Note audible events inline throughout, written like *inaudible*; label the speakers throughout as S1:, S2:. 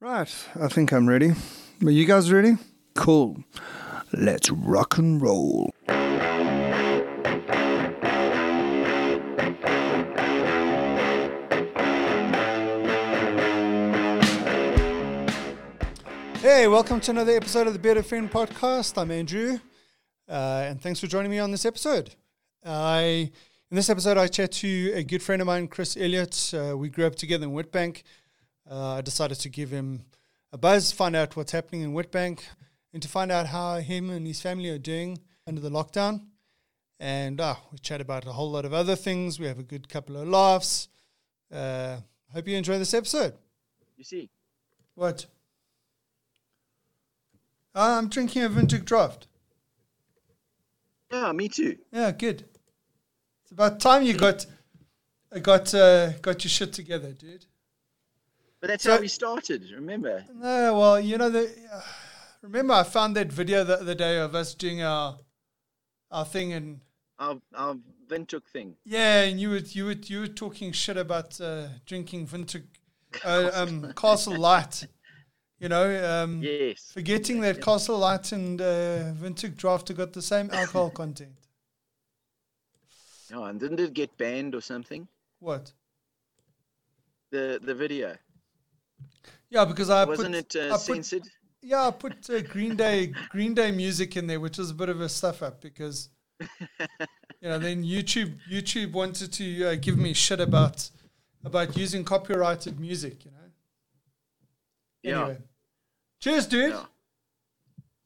S1: Right, I think I'm ready. Are you guys ready? Cool. Let's rock and roll. Hey, welcome to another episode of the Better Friend podcast. I'm Andrew, uh, and thanks for joining me on this episode. I in this episode I chat to a good friend of mine, Chris Elliott. Uh, we grew up together in Whitbank. Uh, I decided to give him a buzz, find out what's happening in Whitbank, and to find out how him and his family are doing under the lockdown. And uh, we chat about a whole lot of other things. We have a good couple of laughs. Uh, hope you enjoy this episode.
S2: You see,
S1: What? Uh, I'm drinking a vintage draft.
S2: yeah, me too.
S1: Yeah, good. It's about time you got uh, got uh, got your shit together, dude.
S2: But that's
S1: So-
S2: how we started. Remember?
S1: No, well, you know the. *sighs* remember, I found that video the other day of us doing our our thing, and
S2: Our our Vintuk thing.
S1: yeah, and you were you were you were talking shit about uh, drinking vintage uh, um, Castle Light. You know, um,
S2: Yes.
S1: forgetting that Castle Light and uh, vintage Draft have got the same alcohol content.
S2: Oh, and didn't it get banned or something?
S1: What?
S2: The the video
S1: Yeah, because I
S2: wasn't
S1: put,
S2: it uh,
S1: I put
S2: censored?
S1: Yeah, I put uh, Green Day Green Day music in there, which was a bit of a stuff up
S2: *laughs*
S1: because you know then YouTube YouTube wanted to uh, give me shit about about using copyrighted music, you know.
S2: Yeah.
S1: Anyway, cheers, dude.
S2: Yeah.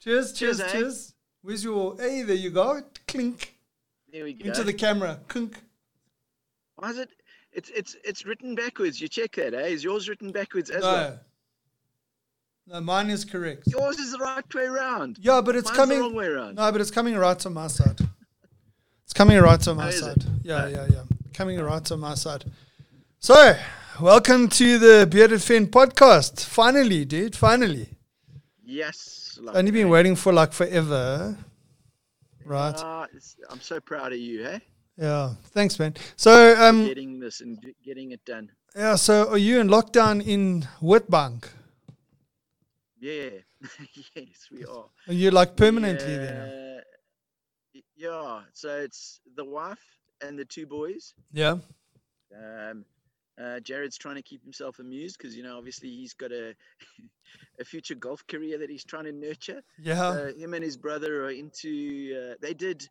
S1: Cheers, cheers,
S2: Cheers,
S1: cheers,
S2: eh?
S1: Where's your? Hey, there you go. Clink
S2: There we go.
S1: into the camera. Clink.
S2: Why is it? It's it's it's written backwards. You check that, eh? Is yours written backwards as well?
S1: No, no, mine is correct.
S2: Yours is the right way round.
S1: Yeah, but it's
S2: Mine's the
S1: coming.
S2: wrong way around.
S1: No, but it's coming right to my side. It's coming right to my
S2: is
S1: side.
S2: it?
S1: Yeah, yeah, yeah. Coming right to my side. So, welcome to the Bearded Fen podcast. Finally, dude. Finally.
S2: Yes. Like,
S1: Only been waiting for like forever. Right.
S2: ah, it's- I'm so proud of you, eh?
S1: Yeah. Thanks, man. So, um,
S2: Getting this and d- getting it done.
S1: yeah. So, are you in lockdown in Witbank?
S2: Yeah. *laughs* yes, we are.
S1: Are you like permanently
S2: yeah.
S1: there?
S2: y- Yeah. So it's the wife and the two boys.
S1: Yeah.
S2: Um, uh, Jared's trying to keep himself amused because you know obviously he's got a *laughs* a future golf career that he's trying to nurture.
S1: Yeah.
S2: So him and his brother are into. Uh, they did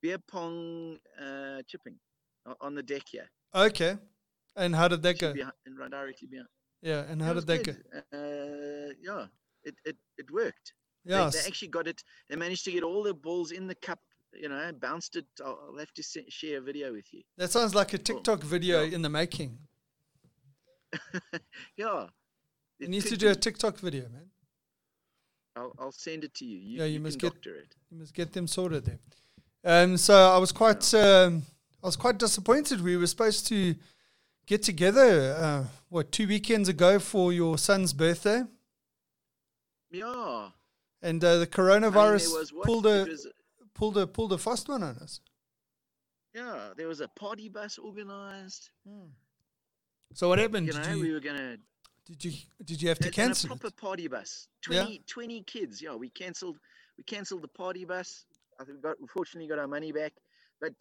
S2: beer pong uh, chipping o- on the deck here.
S1: Okay. And how did that go?
S2: Should be hi- and run directly behind.
S1: Yeah. And
S2: It
S1: how
S2: was
S1: did that go?
S2: good. Uh, yeah, it, it it worked. They-
S1: Yeah.
S2: They, actually got it. They managed to get all the balls in the cup. You know, bounced it. I'll, I'll have to se- share a video with you.
S1: That sounds like a
S2: Oh,
S1: TikTok video in the making.
S2: Yeah.
S1: You
S2: it
S1: need
S2: could
S1: to do a
S2: be.
S1: TikTok video, man.
S2: I'll, I'll send it to you. you
S1: Yeah, you
S2: you
S1: must
S2: can
S1: get-
S2: doctor it.
S1: You must get them sorted there. Um, so I was quite, um, I was quite disappointed. We were supposed to get together, uh, what two weekends ago for your son's birthday,
S2: Yeah.
S1: and uh, the
S2: I
S1: coronavirus
S2: mean, there was what?
S1: pulled
S2: It
S1: a
S2: was-
S1: pulled a pulled a fast one on us.
S2: yeah, there was a party bus organized.
S1: So what happened?
S2: You
S1: Did
S2: know,
S1: you,
S2: we were gonna
S1: did you did you have to
S2: and- and a
S1: cancel
S2: proper
S1: it?
S2: party bus.
S1: Yeah.
S2: 20, 20 kids. Yeah, we cancelled. We cancelled the party bus. I think we got, we fortunately got our money back, but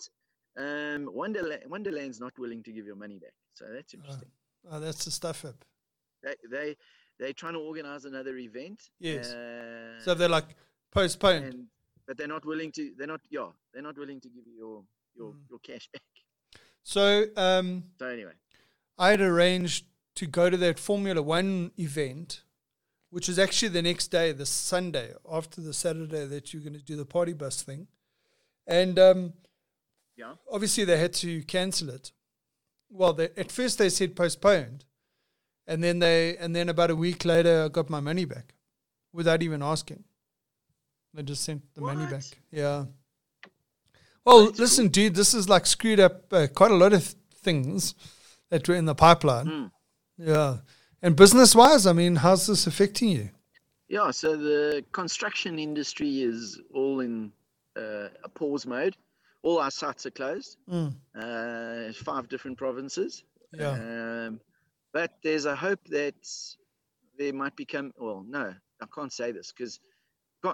S2: um, Wonderland, Wonderland's not willing to give your money back. So that's interesting.
S1: Oh, that's the stuff up.
S2: They they they're trying to organize another event.
S1: Yes.
S2: Uh,
S1: So they're like postponed.
S2: and but they're not willing to. They're not. Yeah, they're not willing to give you your your,
S1: Mm.
S2: your cash back.
S1: So um,
S2: So anyway,
S1: I had arranged to go to that Formula One event, which is actually the next day, the Sunday after the Saturday that you're going to do the party bus thing. And um,
S2: yeah,
S1: obviously, they had to cancel it. Well, they, at first they said postponed, and then they and then about a week later, I got my money back without even asking. They just sent the money
S2: What?
S1: back. Yeah. Well, listen, dude, this is like screwed up uh, quite a lot of things that were in the pipeline. Yeah. And business wise, I mean, how's this affecting you?
S2: yeah. So the construction industry is all in uh, a pause mode. All our sites are closed.
S1: Hmm.
S2: Uh, five different provinces.
S1: Yeah.
S2: Um, but there's a hope that there might become well no i can't say this because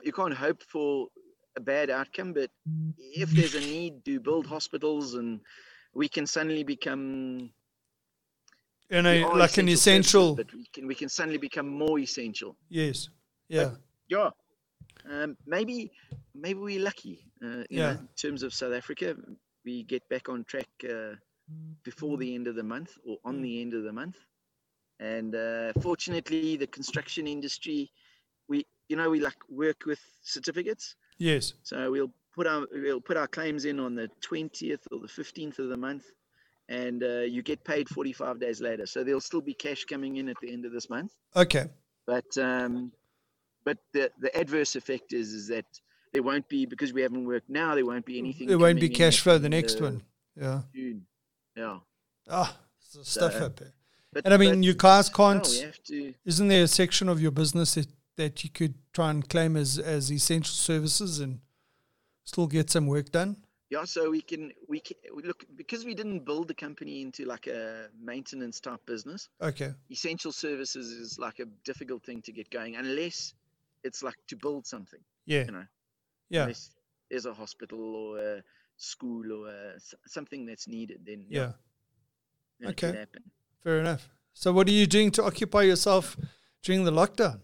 S2: you can't hope for a bad outcome but if there's a need to build hospitals and we can suddenly become
S1: you know like an essential
S2: services, but we can we can suddenly become more essential
S1: yes yeah
S2: yeah um, maybe maybe we're lucky uh, yeah. Know, in terms of south africa we get back on track uh, before the end of the month or on the end of the month and uh, fortunately the construction industry we you know we like work with certificates
S1: yes
S2: so we'll put our we'll put our claims in on the 20th or the 15th of the month and uh, you get paid 45 days later so there'll still be cash coming in at the end of this month
S1: okay
S2: but um but the the adverse effect is is that there won't be because we haven't worked now there won't be anything
S1: there won't be cash flow the next the one yeah
S2: uh, June. yeah
S1: ah so stuff up there but, and I mean, but, oh, your cars can't.
S2: No, to,
S1: isn't there a section of your business that, that you could try and claim as, as essential services and still get some work done?
S2: Yeah, so we can we can we look because we didn't build the company into like a maintenance type business.
S1: Okay.
S2: Essential services is like a difficult thing to get going unless it's like to build something.
S1: Yeah.
S2: You know.
S1: Yeah.
S2: Unless there's a hospital or a school or a, something that's needed, then
S1: yeah.
S2: yeah
S1: okay.
S2: happen.
S1: Fair enough. So, what are you doing to occupy yourself during the lockdown?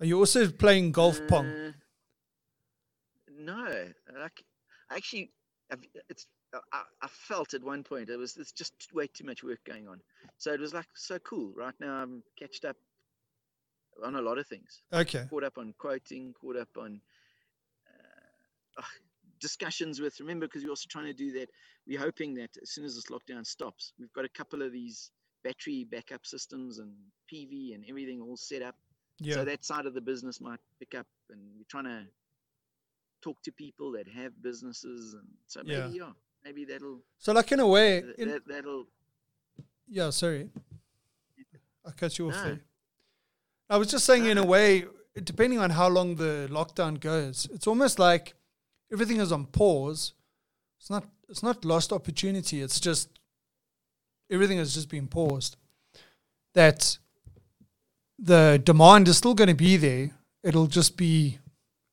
S1: Are you also playing golf uh, pong?
S2: Mm, No, like actually, I've, it's I, I, felt at one point it was it's just way too much work going on. So it was like so cool. Right now, I'm catched up on a lot of things.
S1: Okay.
S2: Caught up on quoting. Caught up on. Uh, oh, discussions with. Remember, because we're also trying to do that. We're hoping that as soon as this lockdown stops, we've got a couple of these battery backup systems and PV and everything all set up.
S1: Yeah.
S2: So that side of the business might pick up, and we're trying to talk to people that have businesses, and so maybe yeah, yeah maybe that'll.
S1: So, like in a way,
S2: that, in, that'll.
S1: Yeah, sorry. I cut you off no. there. I was just saying, no. in a way, depending on how long the lockdown goes, it's almost like everything is on pause. It's not it's not lost opportunity. It's just everything has just been paused. That the demand is still going to be there. It'll just be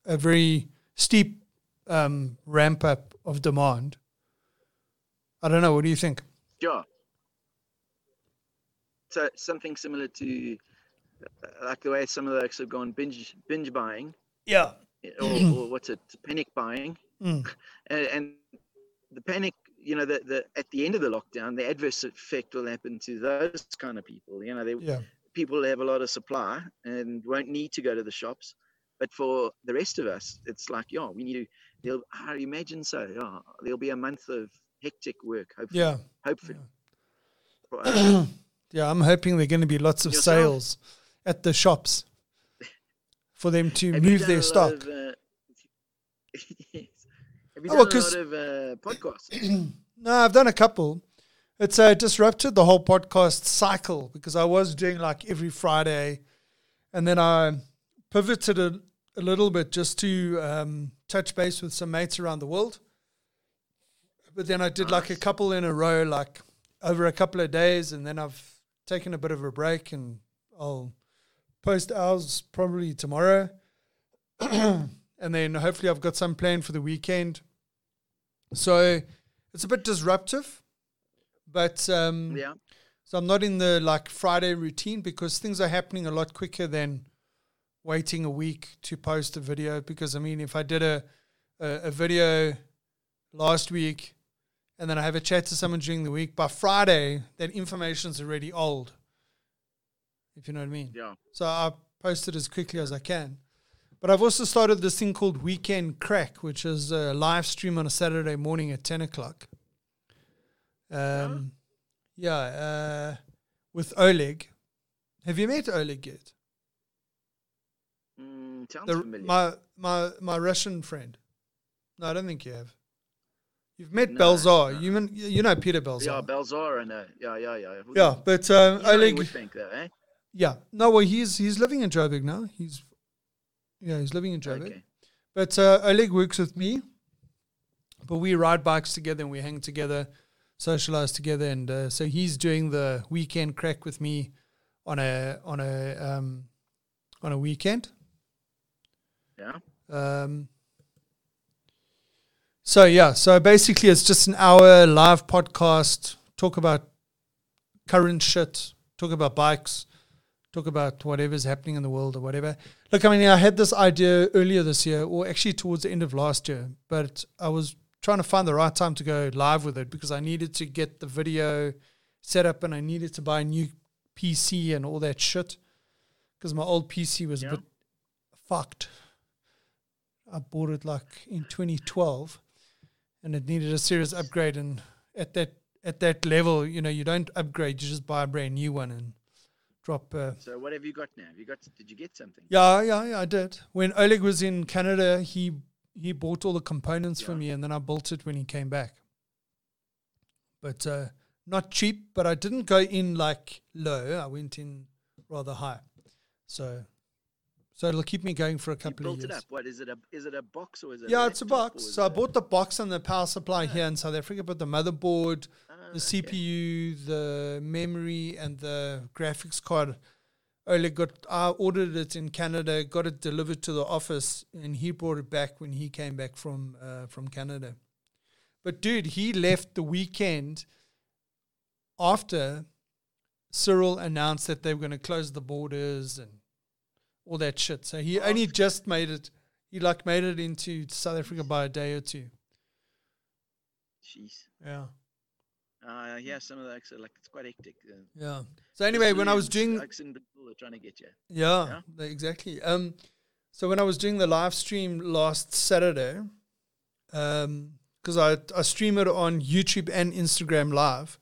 S1: a very steep um, ramp up of demand. I don't know. What do you think?
S2: Yeah. So something similar to uh, like the way some of the folks have gone binge binge buying.
S1: Yeah.
S2: Or,
S1: *clears throat*
S2: or, what's it panic buying
S1: mm.
S2: *laughs* and, and, the panic you know the, the at the end of the lockdown the adverse effect will happen to those kind of people you know they
S1: yeah.
S2: people have a lot of supply and won't need to go to the shops but for the rest of us it's like yeah we need to i imagine so yeah there'll be a month of hectic work hopefully
S1: yeah
S2: hopefully
S1: yeah, yeah i'm hoping there are going to be lots of Yourself? sales at the shops for them to have move their stock. Of, uh,
S2: *laughs* yes. Have you oh, done a lot of uh,
S1: *clears throat*
S2: podcasts?
S1: no, I've done a couple. It's uh, disrupted the whole podcast cycle because I was doing like every Friday, and then I pivoted a, a little bit just to um, touch base with some mates around the world. But then I did nice. like a couple in a row, like over a couple of days, and then I've taken a bit of a break, and I'll post ours probably tomorrow. and then hopefully I've got some plan for the weekend. So it's a bit disruptive, but um,
S2: yeah.
S1: So I'm not in the like Friday routine because things are happening a lot quicker than waiting a week to post a video. Because I mean, if I did a a, a video last week and then I have a chat to someone during the week, by Friday that information's already old if you know what I mean.
S2: Yeah.
S1: So I post it as quickly as I can. But I've also started this thing called Weekend Crack, which is a live stream on a Saturday morning at 10 o'clock. Um, yeah, uh, with Oleg. Have you met Oleg yet?
S2: Mm, sounds
S1: the,
S2: familiar.
S1: My, my, my Russian friend. No, I don't think you have. You've met no, Belzar. No. You, mean, you know Peter Belzar.
S2: Yeah, Belzar, I know. Yeah, yeah, yeah.
S1: Who yeah, but um, Oleg.
S2: Would think that, eh?
S1: Yeah. No, well, he's he's living in Joburg now. He's yeah, he's living in Joburg. Okay. But uh, Oleg works with me. But we ride bikes together and we hang together, socialize together, and uh, so he's doing the weekend crack with me on a on a um, on a weekend.
S2: Yeah.
S1: Um, so yeah, so basically it's just an hour live podcast, talk about current shit, talk about bikes, talk about whatever's happening in the world or whatever. Look, I mean, I had this idea earlier this year, or actually towards the end of last year, but I was trying to find the right time to go live with it because I needed to get the video set up and I needed to buy a new PC and all that shit because my old PC was a
S2: Yeah.
S1: bit fucked. I bought it like in 2012 and it needed a serious upgrade and at that at that level, you know, you don't upgrade, you just buy a brand new one and drop uh,
S2: So what have you got now? Have you got? Did you get something?
S1: yeah, yeah, yeah, I did. When Oleg was in Canada, he he bought all the components for
S2: Yeah.
S1: me, and then I built it when he came back. But uh, not cheap. But I didn't go in like low. I went in rather high. So, so it'll keep me going for a
S2: You
S1: couple of
S2: built
S1: years.
S2: it up. What is it? A is it a box or is it?
S1: Yeah, it's a
S2: laptop
S1: box.
S2: or is
S1: So I
S2: it a-
S1: bought the box and the power supply here in South Africa, but the motherboard,
S2: Ah,
S1: the
S2: okay.
S1: CPU, the memory, and the graphics card. Oleg got. I ordered it in Canada, got it delivered to the office, and he brought it back when he came back from uh, from Canada. But dude, he left the weekend after Cyril announced that they were going to close the borders and all that shit. So he only just made it. He like made it into South Africa by a day or two.
S2: Jeez.
S1: Yeah.
S2: Uh, yeah, some of the acts are like it's quite hectic. Uh,
S1: Yeah. So anyway, when I was doing
S2: Oaks in Brazil are trying to get you.
S1: Yeah, th- exactly. Um, so when I was doing the live stream last Saturday, um, because I I stream it on YouTube and Instagram live.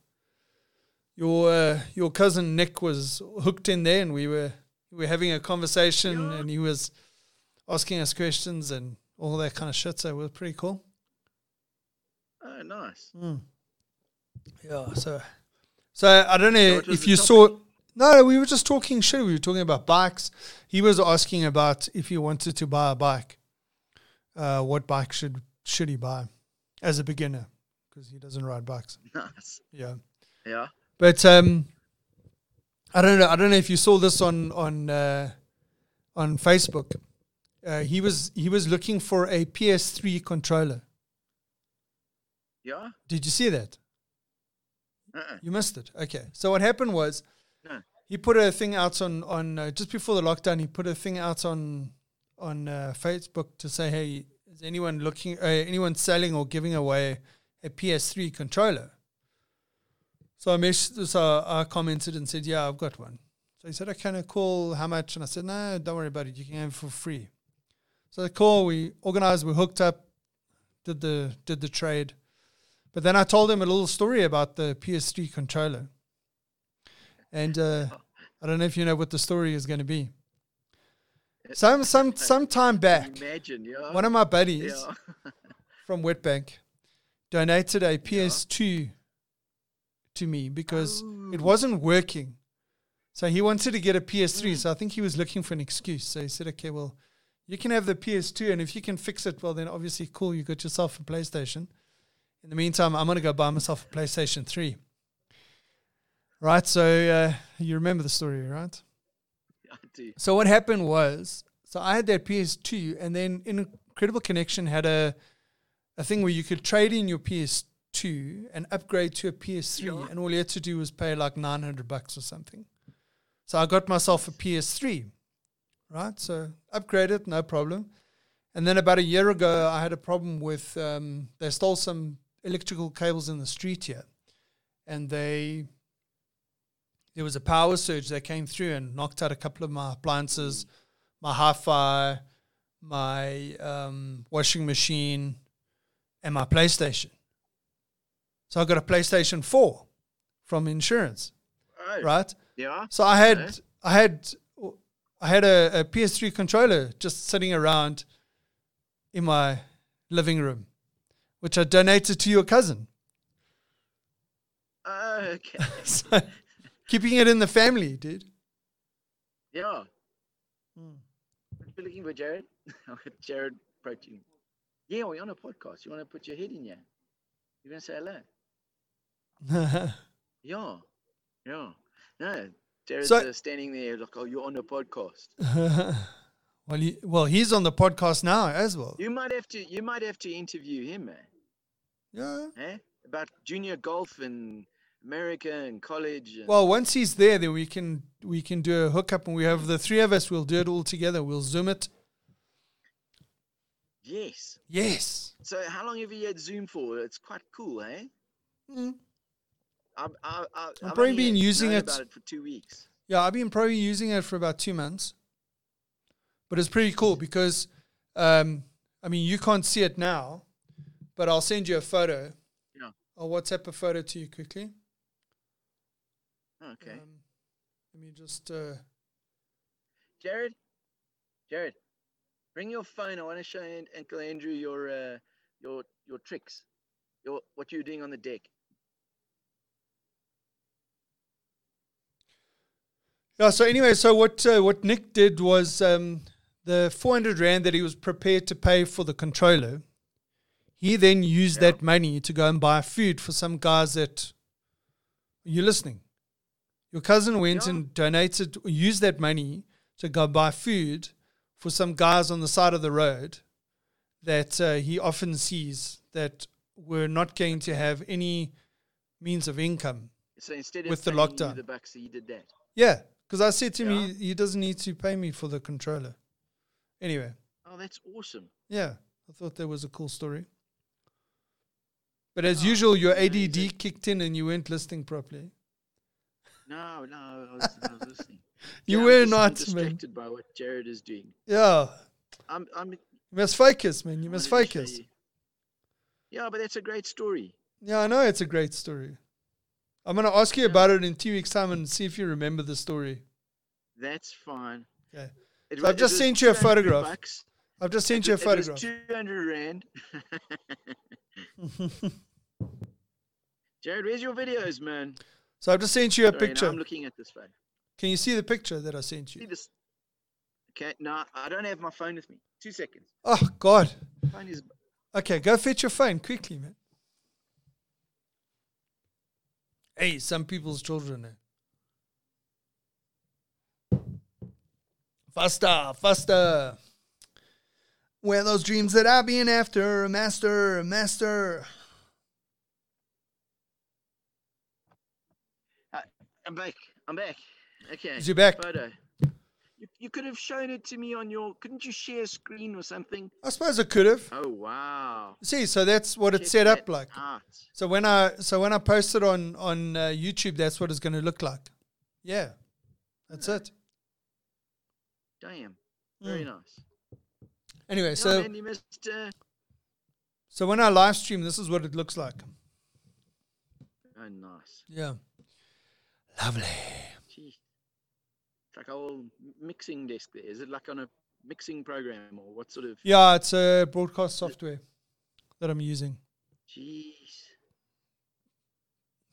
S1: Your uh, your cousin Nick was hooked in there, and we were we were having a conversation,
S2: Yeah.
S1: and he was asking us questions and all that kind of shit. So it was pretty cool.
S2: Oh, nice.
S1: Hmm. Yeah. So, so I don't know
S2: what was
S1: if
S2: the
S1: you
S2: topic?
S1: saw. No, no, we were just talking shit. We were talking about bikes. He was asking about if you wanted to buy a bike, uh, what bike should should he buy as a beginner because he doesn't ride bikes.
S2: Nice.
S1: Yeah,
S2: Yeah.
S1: but um, I don't know. I don't know if you saw this on on uh, on Facebook. Uh, he was he was looking for a PS3 controller.
S2: Yeah.
S1: Did you see that?
S2: Uh-uh.
S1: You missed it. Okay. So what happened was
S2: No.
S1: he put a thing out on on uh, just before the lockdown. He put a thing out on on uh, Facebook to say, "Hey, is anyone looking? Uh, anyone selling or giving away a PS3 controller?" So I mess- so I commented and said, "Yeah, I've got one." So he said, "Okay, no, cool. How much?" And I said, "No, don't worry about it. You can have it for free." So the call we organized, we hooked up, did the did the trade. But then I told him a little story about the PS3 controller. And uh, I don't know if you know what the story is going to be. Some
S2: *laughs*
S1: some some time back,
S2: Imagine. Yeah.
S1: one of my buddies
S2: yeah.
S1: from Wetbank donated a PS2 to me because it wasn't working. So he wanted to get a PS3. So I think he was looking for an excuse. So he said, okay, well, you can have the PS2. And if you can fix it, well, then obviously, cool, you got yourself a PlayStation. In the meantime, I'm going to go buy myself a PlayStation 3. Right. So uh, you remember the story, right?
S2: *laughs* I do.
S1: So what happened was, so I had that PS2, and then Incredible Connection had a a thing where you could trade in your PS2 and upgrade to a PS3,
S2: Yeah.
S1: and all you had to do was pay like nine hundred bucks or something. So I got myself a PS3, right? So upgraded, no problem. And then about a year ago, I had a problem with um, they stole some electrical cables in the street here, and they there was a power surge that came through and knocked out a couple of my appliances, my hi-fi, my um, washing machine, and my PlayStation. So I got a PlayStation Four from insurance,
S2: Oh.
S1: right?
S2: Yeah.
S1: So I had I had I had a, a PS3 controller just sitting around in my living room, which I donated to your cousin. *laughs*
S2: Oh, okay.
S1: so keeping it in the family, dude.
S2: yeah.
S1: Hmm.
S2: What you looking for, Jared? *laughs* I've got Jared protein. Yeah, we're on a podcast. You want to put your head in here?
S1: *laughs*
S2: You're going to say hello?
S1: yeah,
S2: Yeah. Yeah. No, Jared's
S1: So-
S2: uh, standing there like, oh, you're on a
S1: *laughs*
S2: podcast.
S1: well, he, well, he's on the podcast now as well.
S2: You might have to, you might have to interview him, man.
S1: Yeah.
S2: Eh? About junior golf in America and college. And,
S1: Well, once he's there, then we can we can do a hookup, and we have the three of us. We'll do it all together. We'll zoom it.
S2: yes.
S1: Yes.
S2: So how long have you had Zoom for? It's quite cool, eh?
S1: Mm.
S2: I've, I've, I've, I've
S1: probably
S2: only
S1: been using
S2: known
S1: it-
S2: about it for two weeks.
S1: Yeah, I've been probably using it for about two months, but it's pretty cool because, um, I mean, you can't see it now, but I'll send you a photo.
S2: Yeah.
S1: I'll WhatsApp a photo to you quickly.
S2: Okay.
S1: Um, let me just. Uh,
S2: Jared, Jared, bring your phone. I want to show An- Uncle Andrew your uh, your your tricks, your what you're doing on the deck.
S1: Yeah. So anyway, so what uh, what Nick did was um, the 400 rand that he was prepared to pay for the controller. He then used
S2: Yeah.
S1: that money to go and buy food for some guys that. You listening? Your cousin went
S2: Yeah.
S1: and donated, used that money to go buy food for some guys on the side of the road that uh, he often sees that were not going to have any means of income.
S2: So instead of
S1: With the
S2: paying you
S1: lockdown.
S2: the bucks, he did that.
S1: Yeah, because I said to him,
S2: Yeah.
S1: he, he doesn't need to pay me for the controller. Anyway,
S2: Oh, that's awesome.
S1: yeah, I thought that was a cool story. But as usual, your ADD
S2: Oh, amazing.
S1: kicked in and you weren't listening properly.
S2: No, no, I was, I
S1: *laughs*
S2: was listening.
S1: You
S2: Yeah, I'm
S1: were
S2: just- I'm
S1: not, man.
S2: distracted by what Jared is doing.
S1: Yeah,
S2: I'm, I'm.
S1: you must focus, man. You
S2: I
S1: must
S2: wanted to show
S1: focus.
S2: you. Yeah, but that's a great story.
S1: Yeah, I know it's a great story. I'm going to ask you about it in two weeks' time and see if you remember the story.
S2: That's fine.
S1: Okay.
S2: It
S1: So
S2: wa-
S1: I've
S2: it
S1: just
S2: was
S1: sent you a
S2: 200
S1: photograph.
S2: bucks.
S1: I've just sent
S2: It
S1: you a
S2: wa- it was
S1: photograph.
S2: 200
S1: *laughs*
S2: rand. Jared, where's your videos, man?
S1: So I've just sent you a
S2: Sorry, now
S1: picture.
S2: I'm looking at this phone.
S1: Can you see the picture that I sent
S2: See
S1: you?
S2: this? Okay, no, I don't have my phone with me. Two seconds.
S1: Oh, God.
S2: Phone is.
S1: Okay, go fetch your phone quickly, man. Hey, some people's children. Eh? Faster, faster. Where those dreams that I've been after, master, master.
S2: Uh, I'm back. I'm back. Okay.
S1: Is you back?
S2: Photo. You, you could have shown it to me on your. Couldn't you share a screen or something?
S1: I suppose I could have.
S2: Oh wow.
S1: See, so that's what
S2: Check
S1: it's set up
S2: that
S1: like.
S2: out.
S1: So when I so when I post it on on uh, YouTube, that's what it's going to look like. Yeah, that's it.
S2: Damn. Very
S1: Mm.
S2: nice.
S1: Anyway,
S2: Yeah,
S1: so
S2: man, you missed. Uh,
S1: so when I live stream, this is what it looks like.
S2: oh, nice.
S1: Yeah. Lovely.
S2: Gee. It's like a old mixing desk there. Is it like on a mixing program or what sort of?
S1: Yeah, it's a broadcast software that I'm using.
S2: Jeez.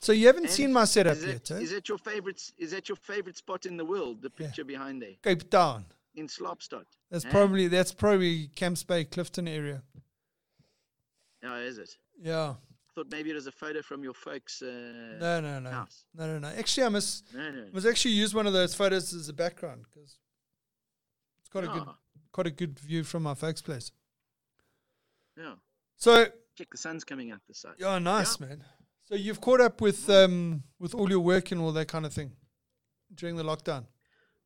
S1: So you haven't
S2: And
S1: seen my setup
S2: is
S1: yet,
S2: that,
S1: eh?
S2: is that your favorite? s- Is that your favorite spot in the world? The
S1: Yeah.
S2: picture behind there
S1: Cape Town.
S2: in Slopstad.
S1: That's
S2: Eh?
S1: probably that's probably Camps Bay Clifton area.
S2: No, Oh, is it?
S1: Yeah.
S2: I thought maybe it was a photo from your folks' uh,
S1: No, no, no.
S2: house.
S1: No, no, no. Actually, I must
S2: No, no.
S1: must actually use one of those photos as a background because it's got a good
S2: Ah,
S1: quite a good view from my folks' place.
S2: yeah.
S1: So
S2: Check the sun's coming out the side.
S1: yeah, nice man. So you've caught up with um with all your work and all that kind of thing during the lockdown.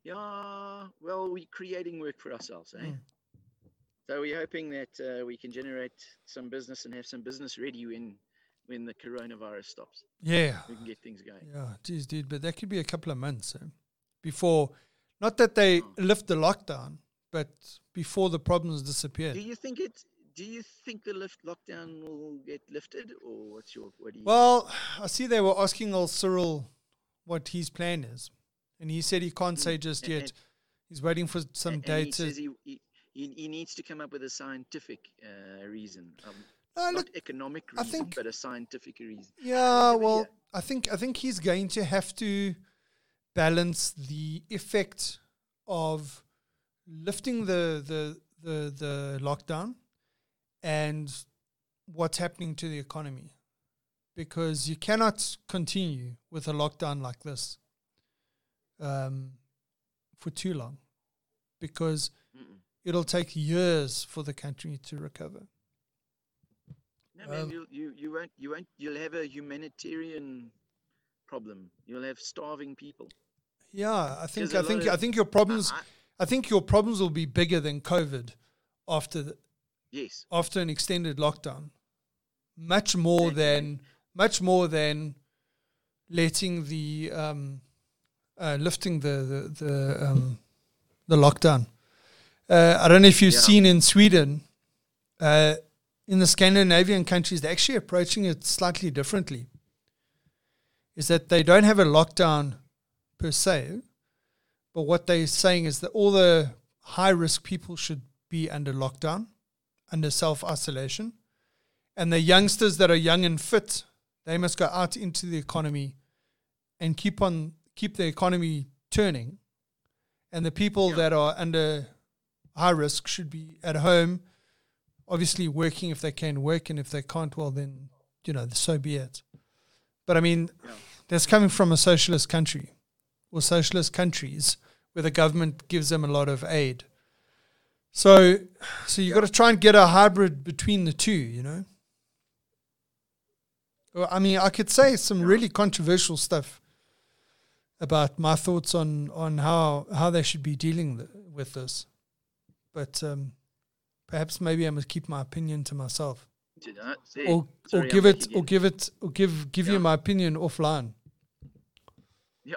S2: Yeah. Well, we're creating work for ourselves, eh?
S1: Mm.
S2: So we're hoping that uh, we can generate some business and have some business ready when when the coronavirus stops.
S1: Yeah.
S2: We can get things going.
S1: Yeah, geez, dude, but that could be a couple of months eh? before, not that they
S2: Hmm.
S1: lift the lockdown, but before the problems
S2: Do
S1: disappeared.
S2: you think it? Do you think the lift lockdown will get lifted, or what's your what do you?
S1: Well, I see they were asking old Cyril what his plan is, and he said he can't say just
S2: Hmm. and-
S1: yet.
S2: and-
S1: He's waiting for
S2: A-
S1: some
S2: and he
S1: data.
S2: says he, he, he he needs to come up with a scientific uh, reason, um,
S1: No,
S2: not
S1: Ah, look,
S2: economic reason,
S1: I think-
S2: but a scientific reason.
S1: yeah,
S2: but
S1: well,
S2: yeah.
S1: I think I think he's going to have to balance the effect of lifting the the the, the lockdown and what's happening to the economy because you cannot continue with a lockdown like this um, for too long because it'll take years for the country to recover.
S2: No, man,
S1: Um,
S2: you, you, you won't, you won't, you'll have a humanitarian problem. You'll have starving people.
S1: Yeah, I think
S2: There's a
S1: I
S2: lot
S1: think
S2: of-
S1: I think your problems
S2: I- I-
S1: I think your problems will be bigger than COVID after the,
S2: yes,
S1: after an extended lockdown. Much more
S2: Exactly.
S1: than much more than letting the um, uh, lifting the the the, um, the lockdown. Uh, I don't know if you've
S2: Yeah.
S1: seen in Sweden, uh, in the Scandinavian countries, they're actually approaching it slightly differently. Is that they don't have a lockdown per se, but what they're saying is that all the high risk people should be under lockdown, under self isolation. And the youngsters that are young and fit, they must go out into the economy and keep on keep the economy turning. And the people that are under high risk should be at home, obviously working if they can work, and if they can't, well then you know so be it. But I mean, that's coming from a socialist country or socialist countries where the government gives them a lot of aid. So, so you've got to try and get a hybrid between the two, you know. Well, I mean, I could say some really controversial stuff about my thoughts on on how how they should be dealing th- with this, but um, perhaps maybe I must keep my opinion to myself,
S2: Did I say-
S1: or
S2: sorry,
S1: or
S2: I'm
S1: give
S2: back
S1: it or
S2: again.
S1: give it or give give
S2: Yeah.
S1: you my opinion offline.
S2: *laughs* Yeah.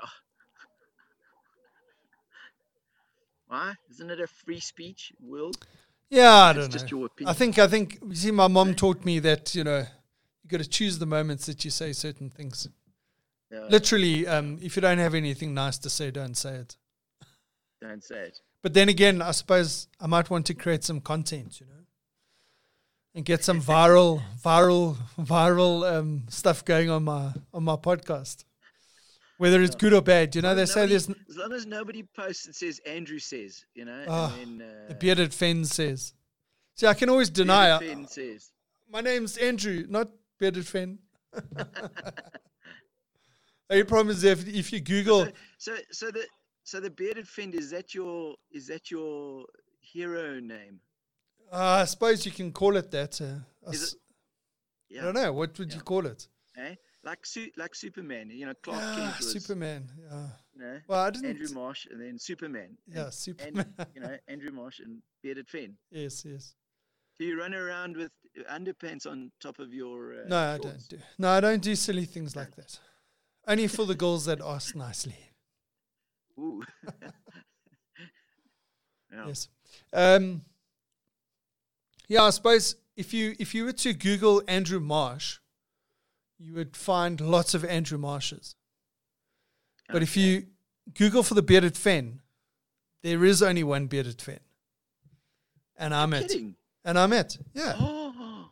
S2: Why? Isn't it a free speech world?
S1: Yeah, I
S2: It's
S1: don't
S2: just
S1: know.
S2: your
S1: I
S2: opinion.
S1: think I think you see, my mom taught me that you know you got to choose the moments that you say certain things.
S2: No,
S1: Literally, um, if you don't have anything nice to say, don't say it.
S2: don't say it.
S1: But then again, I suppose I might want to create some content, you know, and get some
S2: *laughs*
S1: viral, viral, viral um, stuff going on my on my podcast, whether it's good or bad. You know, they say
S2: Nobody-
S1: there's
S2: as long as nobody posts and says Andrew says, you know,
S1: Ah,
S2: and then uh,
S1: the bearded Fenn says. See, I uh, can always deny.
S2: Peter Finn says,
S1: My name's Andrew, not bearded
S2: *laughs*
S1: Fenn. The *laughs* only problem is if, if you
S2: *laughs*
S1: Google, uh,
S2: so so the so the bearded Finn is that your is that your hero name?
S1: uh, I suppose you can call it that. Uh, I,
S2: Is
S1: s- I
S2: Yeah,
S1: don't know. What would you call it?
S2: eh? like su- like Superman, you know, Clark
S1: Ah,
S2: Kent was,
S1: Superman. Yeah.
S2: you know,
S1: Well, I didn't.
S2: Andrew Marsh, and then Superman. and-
S1: yeah, Superman.
S2: And, you know, Andrew Marsh and bearded Finn.
S1: *laughs* yes, yes.
S2: Do you run around with underpants on top of your? Uh,
S1: No, I
S2: shorts?
S1: don't do. No, I don't do silly things like that. Only for the girls
S2: *laughs*
S1: that ask nicely.
S2: Ooh. *laughs* Yeah.
S1: Yes. Um, yeah, I suppose if you if you were to Google Andrew Marsh, you would find lots of Andrew Marshes. But if you Google for the bearded fen, there is only one bearded fen, and I'm it.
S2: Kidding.
S1: And I'm it. Yeah,
S2: Oh,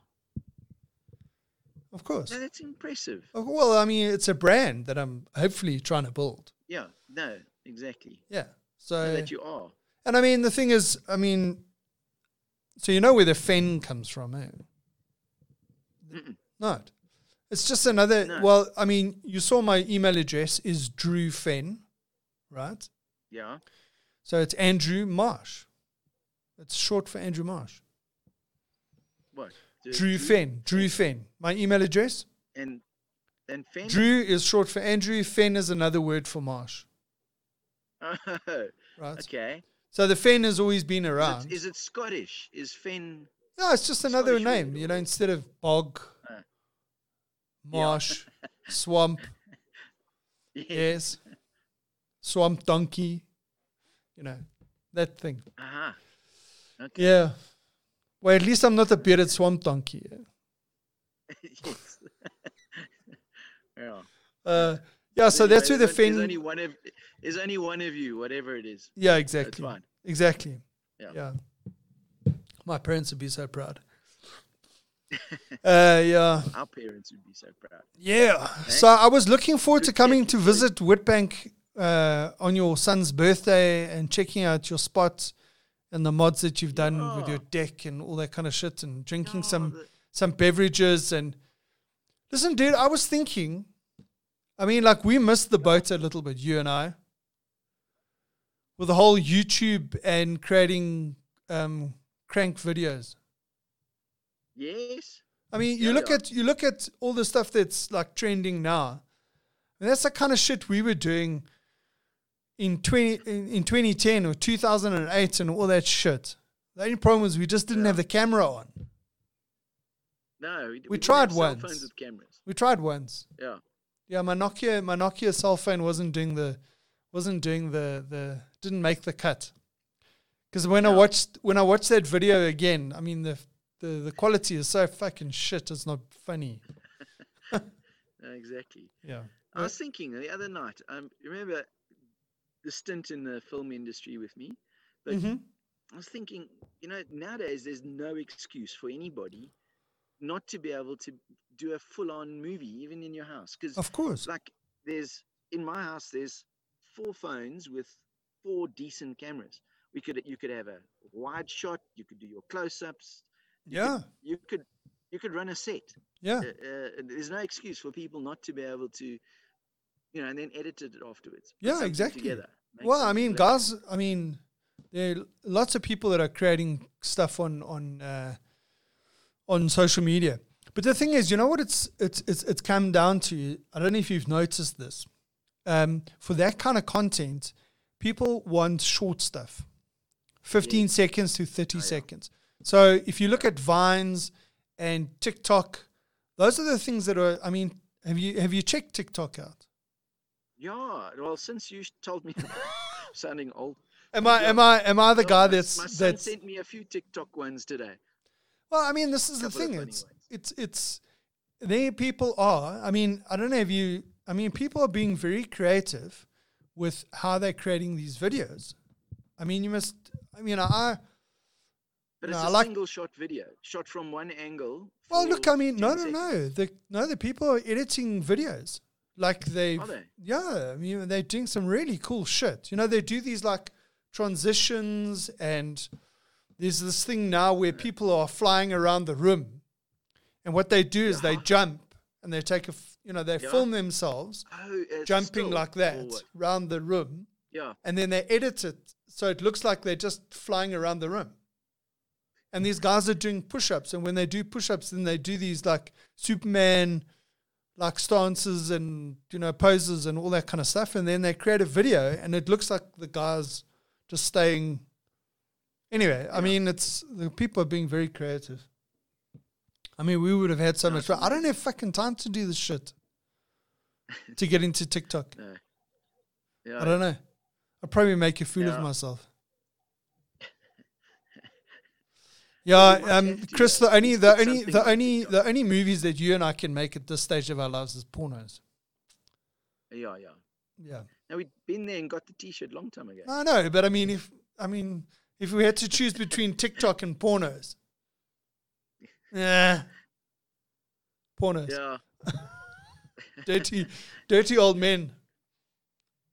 S1: of course.
S2: no, that's impressive.
S1: Oh, Well, I mean, it's a brand that I'm hopefully trying to build.
S2: Yeah. No, exactly.
S1: Yeah.
S2: So
S1: So
S2: that you are.
S1: And I mean, the thing is, I mean, so you know where the fen comes from, eh?
S2: Mm-mm.
S1: Not. It's just another.
S2: No.
S1: Well, I mean, you saw my email address is Drew Fen, right?
S2: Yeah.
S1: So it's Andrew Marsh. It's short for Andrew Marsh.
S2: What? Do-
S1: Drew
S2: do-
S1: Fen. Drew Fen. My email address.
S2: And and Finn. *laughs*
S1: Drew is short for Andrew. Fen is another word for Marsh, right?
S2: Oh, okay.
S1: So the Fen has always been
S2: Is
S1: around.
S2: it, is it Scottish? Is Finn?
S1: No, it's just another
S2: Scottish
S1: name.
S2: word
S1: You
S2: or-
S1: know, instead of bog,
S2: Ah.
S1: marsh,
S2: *laughs*
S1: swamp, yes, swamp donkey, you know, that thing.
S2: Uh-huh. *laughs* Okay.
S1: Yeah. Well, at least I'm not a bearded swamp donkey. yeah.
S2: yes. *laughs* yeah.
S1: Uh, yeah, so that's where the
S2: There's
S1: fin.
S2: only one of there's only one of you, whatever it is.
S1: Yeah, exactly.
S2: fine.
S1: Exactly.
S2: Yeah.
S1: yeah. My parents would be so
S2: *laughs*
S1: proud. uh, yeah.
S2: Our parents would be so proud.
S1: Yeah. So I was looking forward to coming to visit Whitbank uh, on your son's birthday and checking out your spot and the mods that you've done with your deck and all that kind of shit and drinking some some beverages and listen, dude, I was thinking I mean like we missed the boat a little bit, you and I. with the whole YouTube and creating um, crank videos.
S2: Yes.
S1: I mean, you
S2: Yeah,
S1: look
S2: yeah.
S1: at you look at all the stuff that's like trending now. And that's the kind of shit we were doing in twenty in, in twenty ten or two thousand and eight and all that shit. The only problem was we just didn't
S2: Yeah.
S1: have the camera on.
S2: No. We, didn't
S1: tried
S2: have cell
S1: once.
S2: phones with cameras.
S1: We tried once.
S2: Yeah.
S1: Yeah, my Nokia my Nokia cell phone wasn't doing the wasn't doing the the didn't make the cut. Because when I
S2: Yeah.
S1: watched when I watched that video again, I mean the the the quality is so fucking shit. It's not funny.
S2: No, exactly.
S1: Yeah.
S2: I was thinking the other night. Um, you remember the stint in the film industry with me? But
S1: hmm
S2: I was thinking, you know, nowadays there's no excuse for anybody not to be able to do a full-on movie, even in your house, because
S1: Of course.
S2: like there's in my house there's four phones with four decent cameras. We could you could have a wide shot, you could do your close-ups,
S1: Yeah.
S2: you could you could run a set.
S1: Yeah.
S2: Uh, uh, there's no excuse for people not to be able to, you know, and then edit it afterwards. put
S1: Yeah,
S2: something
S1: exactly.
S2: Together. make
S1: Well, I
S2: something
S1: mean,
S2: look-
S1: guys, I mean, there are lots of people that are creating stuff on on uh, on social media. But the thing is, you know what it's it's it's it's come down to. I don't know if you've noticed this. Um, for that kind of content, people want short stuff, fifteen seconds to thirty seconds. So if you look at Vines and TikTok, those are the things that are. I mean, have you have you checked TikTok out?
S2: Yeah. Well, since you *laughs* told me,
S1: *laughs*
S2: about sounding old.
S1: Am I
S2: Yeah.
S1: am I am I the
S2: Yeah,
S1: guy
S2: my-
S1: that's
S2: my son
S1: that's
S2: sent me a few TikTok ones today.
S1: Well, I mean, this is the
S2: Couple of
S1: thing.
S2: funny
S1: It's
S2: ones.
S1: it's it's there. People are. I mean, I don't know if you. I mean, people are being very creative with how they're creating these videos. I mean, you must. I mean, I.
S2: But
S1: No,
S2: it's
S1: I
S2: a
S1: like-
S2: single shot video, shot from one angle.
S1: Well,
S2: for
S1: look. I mean, no,
S2: 10
S1: no,
S2: seconds.
S1: no. The no, the people are editing videos like they.
S2: Are they?
S1: Yeah, I mean, they're doing some really cool shit. You know, they do these like transitions, and there's this thing now where people are flying around the room, and what they do is they
S2: Yeah.
S1: jump and they take a, f- you know, they
S2: Yeah.
S1: film themselves
S2: Oh, it's
S1: jumping
S2: still
S1: like that
S2: forward.
S1: round the room,
S2: Yeah.
S1: and then they edit it so it looks like they're just flying around the room. And these guys are doing push-ups, and when they do push-ups, then they do these like Superman like stances and you know poses and all that kind of stuff, and then they create a video, and it looks like the guys just staying. Anyway, I mean, it's the people are being very creative. I mean, we would have had so much fun. I don't have fucking time to do this shit. To get into TikTok,
S2: No. Yeah.
S1: I don't know. I'd probably make a fool of
S2: Yeah. *laughs*
S1: myself. Yeah,
S2: you might
S1: um,
S2: have to,
S1: Chris.
S2: though.
S1: The only,
S2: You
S1: the
S2: put
S1: only,
S2: something
S1: the
S2: on
S1: only,
S2: TikTok.
S1: the only movies that you and I can make at this stage of our lives is pornos.
S2: Yeah, yeah.
S1: Yeah,
S2: Now we'd been there and got the T-shirt long time ago.
S1: I know, but I mean, if I mean, if we had to choose between TikTok and pornos,
S2: *laughs*
S1: yeah, pornos,
S2: Yeah,
S1: dirty, dirty old men.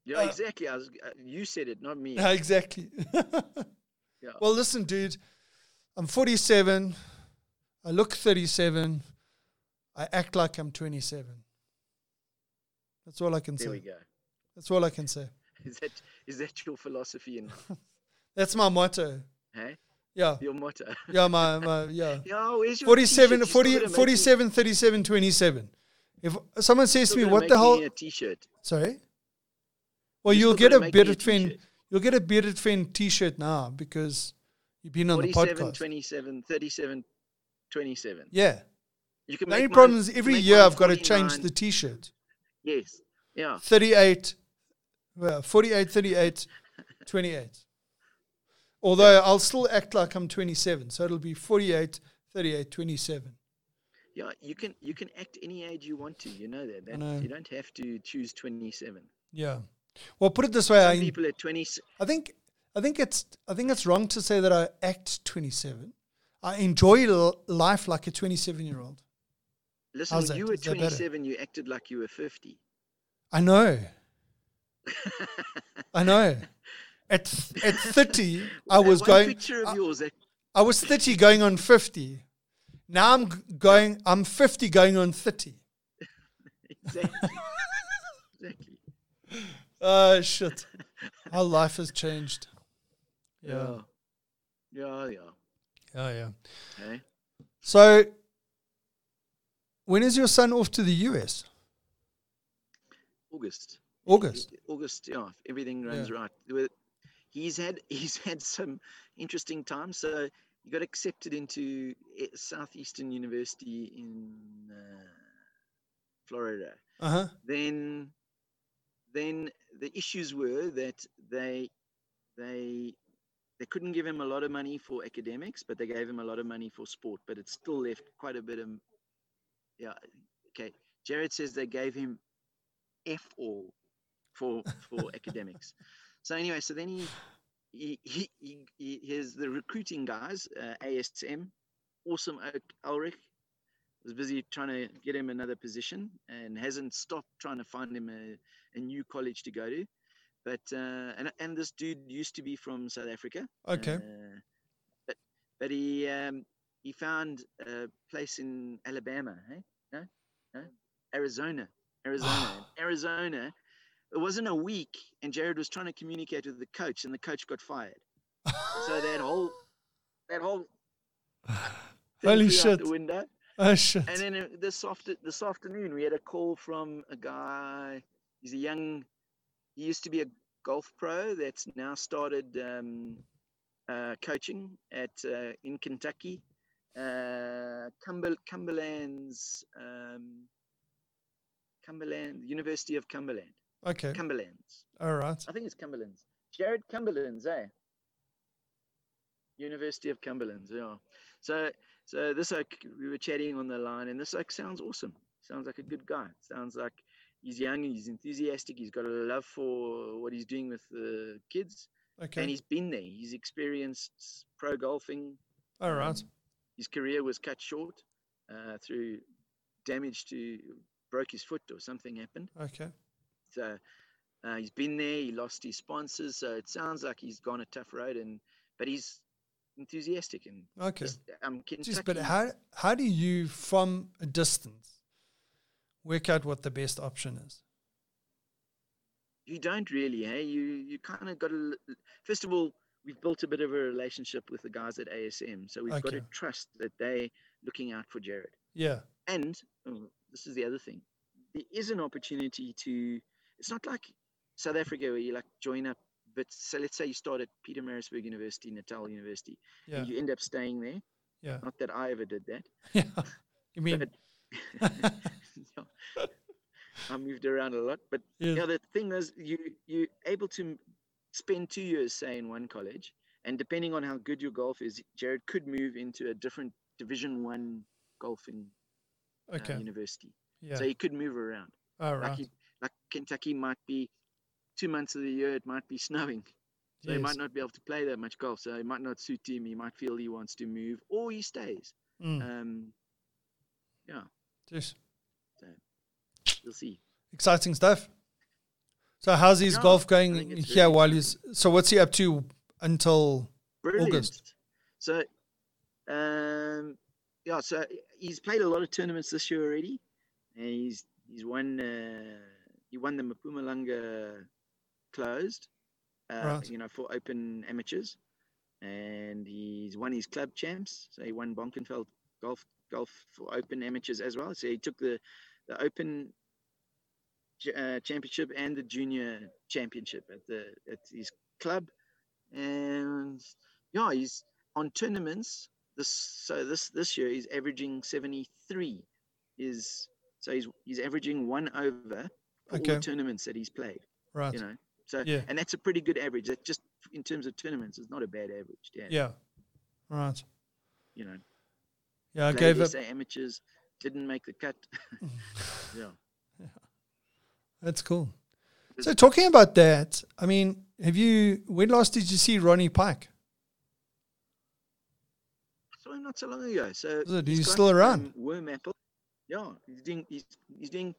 S2: yeah, exactly. I was, uh, you said it, not me.
S1: Yeah, exactly. *laughs*
S2: Yeah.
S1: Well, listen, dude, I'm 47. I look 37. I act like I'm 27. That's all I can
S2: there we
S1: say.
S2: go.
S1: That's all I can say.
S2: Is that is that your philosophy and *laughs*
S1: That's my motto.
S2: hey, *laughs*
S1: Yeah.
S2: your motto?
S1: Yeah, my, my yeah.
S2: yeah, where's your
S1: 47,
S2: t-shirt? You're still
S1: 40,
S2: gonna make
S1: 47, 37, 27. If someone
S2: me,
S1: says to
S2: still
S1: me,
S2: gonna
S1: what
S2: make
S1: the hell?
S2: Me a T-shirt.
S1: Sorry? Well,
S2: You're
S1: you'll
S2: still
S1: get
S2: gonna
S1: a
S2: make me a
S1: bearded friend.
S2: t-shirt.
S1: You'll get a bearded friend t-shirt now because you've been on the
S2: 47,
S1: podcast.
S2: 27, 37, 27.
S1: Yeah.
S2: You can
S1: The
S2: make
S1: only
S2: mine-
S1: problem is
S2: you can
S1: every
S2: make
S1: year
S2: mine
S1: I've got to change
S2: 49.
S1: the t-shirt.
S2: Yes. Yeah.
S1: 38, well, 48,
S2: *laughs*
S1: 38, 28. Although I'll still act like I'm 27, so it'll be 48, 38, 27.
S2: Yeah, you can you can act any age you want to. You know that. that
S1: know.
S2: You don't have to choose 27.
S1: Yeah. Well, put it this way,
S2: Some
S1: I,
S2: people at 20.
S1: I think I think it's I think it's wrong to say that I act 27. I enjoy l- life like a 27 year old.
S2: Listen,
S1: How's
S2: when
S1: that?
S2: you were
S1: Is that better?
S2: 27, you acted like you were 50.
S1: I
S2: *laughs*
S1: know. I know. At th- at 30, I
S2: That
S1: was
S2: one
S1: going.
S2: picture of yours that *laughs*
S1: I was 30 going on 50. Now I'm g- going, I'm 50 going on 30. *laughs*
S2: exactly. exactly.
S1: Oh, shit. *laughs* Our life has changed.
S2: Yeah. Yeah, yeah.
S1: Yeah, yeah.
S2: Hey?
S1: So, when is your son off to the US?
S2: August.
S1: August.
S2: I- August, yeah. if Everything runs
S1: Yeah.
S2: right. With- He's had *laughs* he's had some interesting times. So he got accepted into eh, Southeastern University in uh, Florida.
S1: Uh huh.
S2: then then the issues were that they they they couldn't give him a lot of money for academics, but they gave him a lot of money for sport. But it still left quite a bit of yeah. Okay, Jared says they gave him f all for for academics. So anyway, so then he he he, he, he here's the recruiting guys uh, ASM, awesome Oak Ulrich, was busy trying to get him another position and hasn't stopped trying to find him a, a new college to go to. But uh, and and this dude used to be from South Africa.
S1: Okay.
S2: Uh, but but he um, he found a place in Alabama. Hey, no, no, Arizona,
S1: *sighs*
S2: Arizona, And Arizona. It wasn't a week, and Jared was trying to communicate with the coach, and the coach got fired. So that whole that whole thing
S1: *sighs* Holy
S2: flew out
S1: shit.
S2: the window.
S1: *laughs* Oh, shit.
S2: And then uh, this after this afternoon, we had a call from a guy. He's a young. He used to be a golf pro that's now started um, uh, coaching at uh, in Kentucky, uh, Cumber, Cumberland's um, Cumberland University of Cumberland.
S1: Okay.
S2: Cumberland's.
S1: All right.
S2: I think it's Cumberland's. Jared Cumberland's, eh? University of Cumberland's, yeah. So, so this oak, we were chatting on the line, and this oak sounds awesome. Sounds like a good guy. Sounds like he's young, he's enthusiastic, he's got a love for what he's doing with the kids, and
S1: Okay.
S2: he's been there. He's experienced s- pro golfing.
S1: All right.
S2: um, his career was cut short uh, through damage to broke his foot or something happened.
S1: Okay.
S2: So uh, he's been there. He lost his sponsors. So it sounds like he's gone a tough road, and but he's enthusiastic and
S1: Okay.
S2: just, um, Kentucky.
S1: Jeez, but how how do you from a distance work out what the best option is?
S2: you don't really, hey? You you kind of got to. First of all, we've built a bit of a relationship with the guys at ASM, so we've got to
S1: Okay.
S2: trust that they looking out for Jared.
S1: Yeah.
S2: And oh, this is the other thing. There is an opportunity to. It's not like South Africa where you like join up. But so let's say you start at Peter Marisburg University, Natal University,
S1: Yeah.
S2: and you end up staying there.
S1: Yeah.
S2: Not that I ever did that.
S1: *laughs*
S2: *laughs*
S1: Yeah. You mean *laughs*
S2: But yeah, I moved around a lot. But
S1: yeah.
S2: yeah. the thing is, you you're able to m- spend two years, say, in one college, and depending on how good your golf is, Jared could move into a different Division One golfing uh,
S1: okay.
S2: university.
S1: Yeah.
S2: So he could move around.
S1: All
S2: Like,
S1: right.
S2: he, like Kentucky might be two months of the year, it might be *laughs* snowing. So he
S1: Yes.
S2: might not be able to play that much golf. So it might not suit him. He might feel he wants to move, or he stays.
S1: Mm.
S2: Um,
S1: Jeez.
S2: we'll see.
S1: Exciting stuff. So how's his
S2: Yeah,
S1: golf
S2: I
S1: going
S2: think it's
S1: here
S2: really
S1: while he's so what's he up to until
S2: Brilliant.
S1: August.
S2: So, um, yeah, so he's played a lot of tournaments this year already, and he's he's won uh, he won the Mpumalanga closed, uh,
S1: Right.
S2: you know, for open amateurs, and he's won his club champs. So he won Bonkenfeld golf golf for open amateurs as well. So he took the the open ch- uh, championship and the junior championship at the at his club, and yeah, he's on tournaments. This so this this year he's averaging seventy three. Is so he's he's averaging one over for all
S1: Okay.
S2: the tournaments that he's played.
S1: right.
S2: You know, so
S1: Yeah.
S2: and that's a pretty good average. That just in terms of tournaments is not a bad average. Yeah,
S1: Yeah. Right.
S2: you know,
S1: Yeah, I
S2: played
S1: gave up
S2: SA amateurs didn't make the
S1: *laughs*
S2: cut. *laughs* yeah,
S1: that's cool.
S2: It's-
S1: So talking about that, I mean, have you when last did you see Ronnie Pike?
S2: so not so long ago. So
S1: Is it-
S2: he's
S1: he's
S2: got,
S1: still around?
S2: um, worm apple. Yeah, he's doing he's he's doing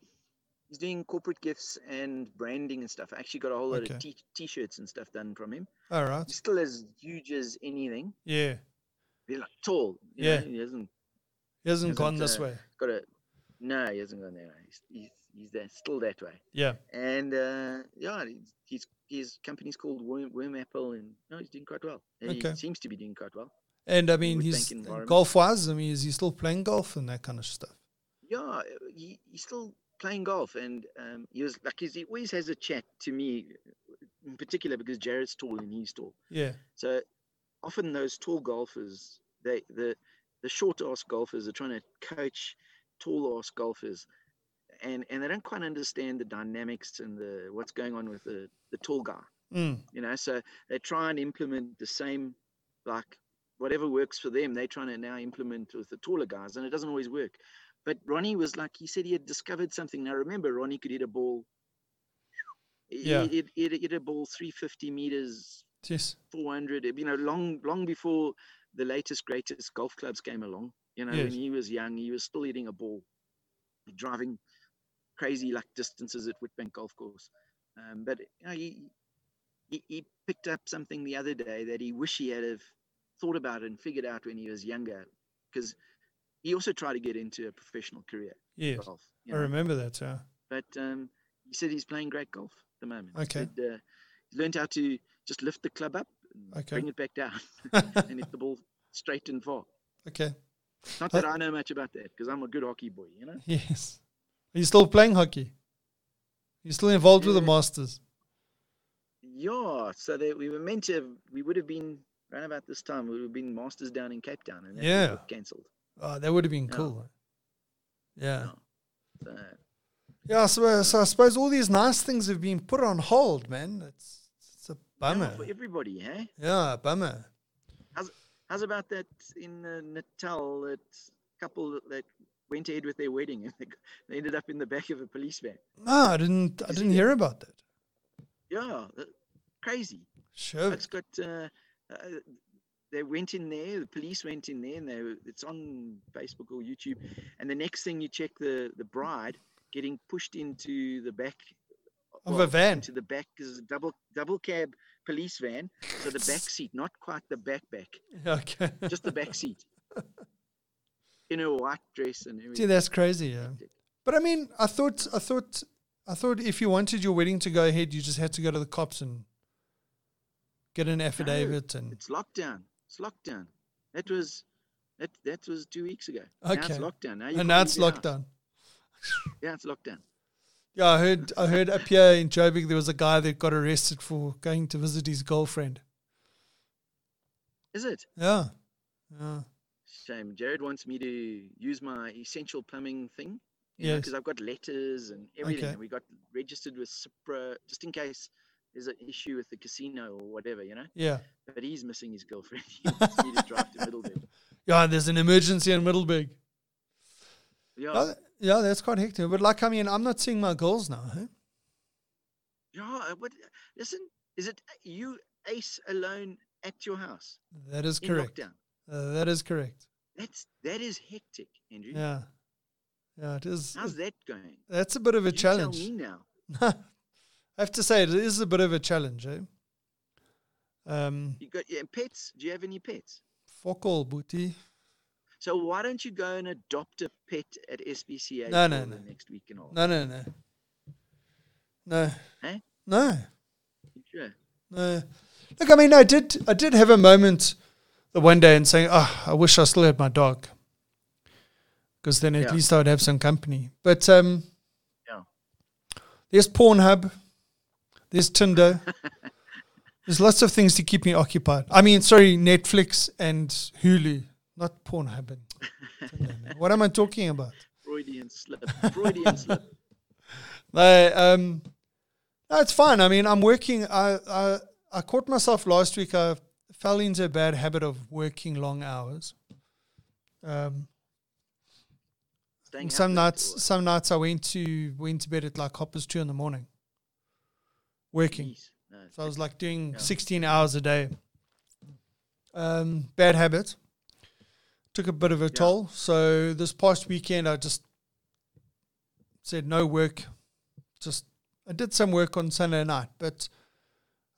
S2: he's doing corporate gifts and branding and stuff. I actually got a whole lot
S1: Okay.
S2: of t- t-shirts and stuff done from him.
S1: All Oh, right.
S2: He's still as huge as anything.
S1: Yeah.
S2: He's like tall. you know,
S1: Yeah.
S2: he hasn't
S1: He hasn't
S2: Hasn't,
S1: gone this
S2: uh,
S1: way.
S2: got a. No, he hasn't gone there. He's, he's, he's there, still that way.
S1: Yeah.
S2: And uh, yeah, he's, he's his company's called Worm, Worm Apple, and no, he's doing quite well. He
S1: Okay.
S2: seems to be doing quite well.
S1: And I
S2: We
S1: mean,
S2: would
S1: he's
S2: think environment.
S1: golf wise. I mean, is he still playing golf and that kind of stuff?
S2: Yeah, uh, he, he's still playing golf, and um, he was like he's, he always has a chat to me, uh, in particular because Jared's tall and he's tall.
S1: Yeah.
S2: So often those tall golfers, they the the short ass golfers are trying to coach tall ass golfers, and and they don't quite understand the dynamics and the what's going on with the the tall guy.
S1: Mm.
S2: You know, so they try and implement the same like whatever works for them. They're trying to now implement with the taller guys, and it doesn't always work. But Ronnie was like he said he had discovered something. Now remember, Ronnie could hit a ball. he-
S1: Yeah.
S2: He hit, hit, hit a ball 350 meters
S1: Yes.
S2: 400 you know long long before the latest greatest golf clubs came along you know
S1: Yes.
S2: when he was young he was still hitting a ball driving crazy like distances at whitbank golf course um, but you know, he, he he picked up something the other day that he wish he had have thought about and figured out when he was younger because he also tried to get into a professional career
S1: Yes.
S2: golf you
S1: I
S2: know?
S1: remember that. Yeah.
S2: *laughs* but um, he said he's playing great golf at the moment. He
S1: Okay.
S2: said, uh, he's learned how to just lift the club up, and
S1: Okay.
S2: bring it back down, *laughs* and hit the ball straight and far.
S1: *laughs* okay.
S2: Not that I know much about that because I'm a good hockey boy, you know.
S1: Yes. Are you still playing hockey? You're still involved with the
S2: Yeah.
S1: Masters.
S2: Yeah, so that we were meant to, have, we would have been around about this time. We would have been masters down in Cape Town, and that
S1: Yeah.
S2: got cancelled.
S1: Oh, that would have been
S2: No.
S1: cool. Yeah.
S2: No. So,
S1: Yeah. So, uh, so I suppose all these nice things have been put on hold, man. It's it's a
S2: yeah,
S1: bummer.
S2: for everybody, eh?
S1: Yeah, a bummer.
S2: How's about that in uh, Natal? That couple that went ahead with their wedding and *laughs* they, g- they ended up in the back of a police van.
S1: No, I didn't. I
S2: Is it
S1: didn't
S2: yet?
S1: hear about that.
S2: Yeah, uh, crazy.
S1: Sure.
S2: It's got. Uh, uh, they went in there. The police went in there, and they. were- It's on Facebook or YouTube. And the next thing you check, the the bride getting pushed into the back
S1: Of a van.
S2: Into the back is a double double cab police van. So the
S1: *laughs*
S2: back seat, not quite the back back,
S1: Yeah, *laughs* Okay.
S2: just the back
S1: *laughs*
S2: seat. In a white dress and
S1: Gee,
S2: everything.
S1: that's crazy. Yeah. But I mean, I thought, I thought, I thought if you wanted your wedding to go ahead, you just had to go to the cops and get an affidavit and
S2: It's lockdown. It's lockdown. That was that that was two weeks ago. Now
S1: Okay.
S2: it's lockdown. Now
S1: and
S2: you can't
S1: now it's
S2: leave your house.
S1: lockdown.
S2: Yeah, it's lockdown.
S1: Yeah, I heard, I heard up here in Joburg there was a guy that got arrested for going to visit his girlfriend.
S2: Is it?
S1: Yeah, yeah,
S2: Shame. Jared wants me to use my essential plumbing thing. Yeah.
S1: Yes.
S2: Because I've got letters and everything.
S1: Okay.
S2: And we got registered with Cipra just in case there's an issue with the casino or whatever, you know.
S1: yeah.
S2: But he's missing his girlfriend. *laughs* He wants me to drive to Middleburg.
S1: *laughs* Yeah, there's an emergency in Middleburg.
S2: Yeah.
S1: Yeah, yeah, that's quite hectic. But like, I mean, I'm not seeing my girls now. Huh?
S2: Yeah. uh, What? Listen, is it you, Ace, alone at your house
S1: That is
S2: in
S1: correct.
S2: lockdown?
S1: Uh, that is correct.
S2: That's that is hectic, Andrew.
S1: Yeah, yeah, it is.
S2: How's that going?
S1: That's a bit of a
S2: You
S1: challenge.
S2: Tell me now.
S1: *laughs* I have to say, it is a bit of a challenge. Eh? Um,
S2: You got yeah, pets? Do you have any pets?
S1: fuck all, booty.
S2: So why don't you go and adopt a pet at SPCA
S1: No, no,
S2: for the
S1: no.
S2: next week and all?
S1: No, no, no, no,
S2: Eh?
S1: no,
S2: You Sure.
S1: no. Look, I mean, I did, I did have a moment the one day and saying, "Ah, I wish I still had my dog," because then at
S2: Yeah.
S1: least I would have some company. But um,
S2: Yeah.
S1: there's Pornhub, there's Tinder. There's lots of things to keep me occupied. I mean, sorry, Netflix and Hulu, not Pornhub. and Tinder, man. what am I talking about?
S2: Freudian slip.
S1: *laughs*
S2: Freudian slip.
S1: They, um, no, it's fine. I mean, I'm working. I, I I caught myself last week. I fell into a bad habit of working long hours. Um,
S2: Staying
S1: some
S2: up late
S1: nights, some nights I went to went to bed at like hoppers two in the morning,
S2: or-
S1: working.
S2: Jeez, no.
S1: So I was like doing
S2: Yeah.
S1: 16 hours a day. Um, bad habit. Took a bit of a toll. So this past weekend, I just said no work. Just I did some work on Sunday night, but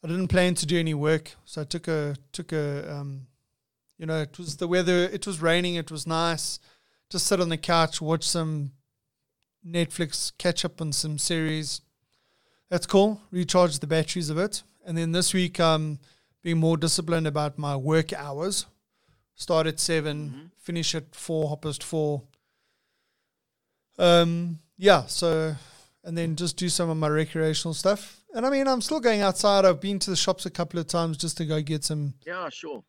S1: I didn't plan to do any work. So I took a took a um, you know it was the weather. It was raining. It was nice. Just sit on the couch, watch some Netflix, catch up on some series. That's cool. Recharge the batteries a bit. And then this week, um, being more disciplined about my work hours. Start at 7
S2: Mhm.
S1: finish at four, hop past four. Um, yeah. So, and then just do some of my recreational stuff. And I mean, I'm still going outside. I've been to the shops a couple of times just to go get some
S2: Yeah, sure.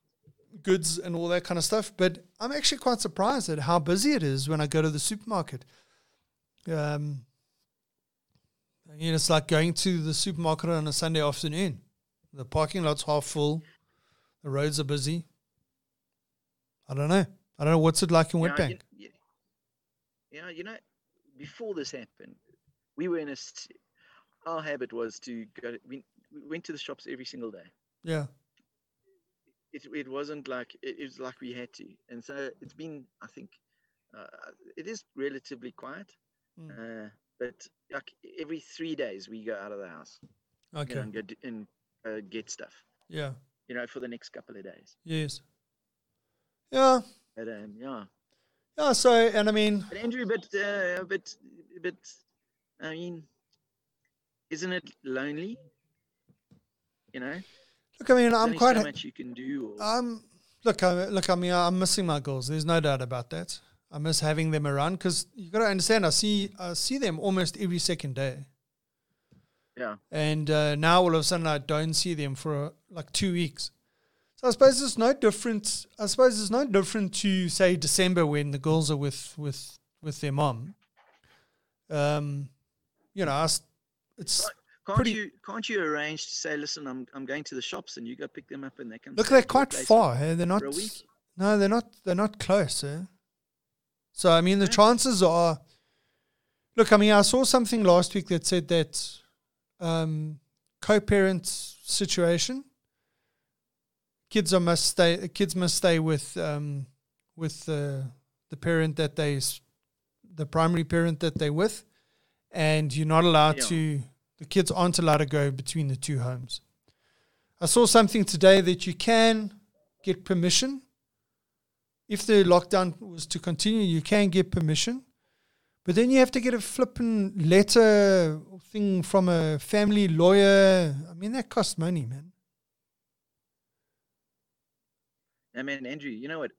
S1: goods and all that kind of stuff. But I'm actually quite surprised at how busy it is when I go to the supermarket. Um, you know, it's like going to the supermarket on a Sunday afternoon. The parking lot's half full. The roads are busy. I don't know. I don't know what's it like in
S2: Yeah,
S1: Witbank.
S2: you- yeah. Yeah, you know, before this happened, we were in a. s- Our habit was to go. To, we, we went to the shops every single day.
S1: Yeah.
S2: It, it wasn't like it, it was like we had to, and so it's been. I think uh, it is relatively quiet,
S1: Hmm.
S2: uh, but like every three days we go out of the house you know,
S1: Okay.
S2: and go d- and uh, get stuff.
S1: Yeah.
S2: You know, for the next couple of days.
S1: Yes. Yeah.
S2: But um, yeah.
S1: Yeah. So, and I mean,
S2: But Andrew, but uh, but but I mean, isn't it lonely? You know,
S1: look, I mean,
S2: There's
S1: I'm
S2: only
S1: quite.
S2: so
S1: ha-
S2: much you can do. Or,
S1: Um, look, I, look. I mean, I'm missing my girls. There's no doubt about that. I miss having them around because you got to understand. I see, I see them almost every second day,
S2: yeah,
S1: and uh, now all of a sudden I don't see them for uh, like two weeks. So I suppose it's no different. I suppose it's no different to say December when the girls are with with with their mom. Um, you know, I s it's
S2: can't
S1: pretty-
S2: you can't you arrange to say, listen, I'm I'm going to the shops and you go pick them up and they come.
S1: Look,
S2: stay at
S1: they're
S2: your
S1: quite
S2: place
S1: far. Hey? They're not.
S2: for a week.
S1: No, they're not. They're not close. Eh? So I mean, the
S2: Yeah.
S1: chances are. Look, I mean, I saw something last week that said that um, co-parent situation. Kids are must stay. Kids must stay with um, with the the parent that they, s- the primary parent that they with, and you're not allowed
S2: Yeah.
S1: to. The kids aren't allowed to go between the two homes. I saw something today that you can get permission. If the lockdown was to continue, you can get permission. But then you have to get a flippin' letter thing from a family lawyer. I mean, that costs money, man.
S2: I mean, Andrew, you know what?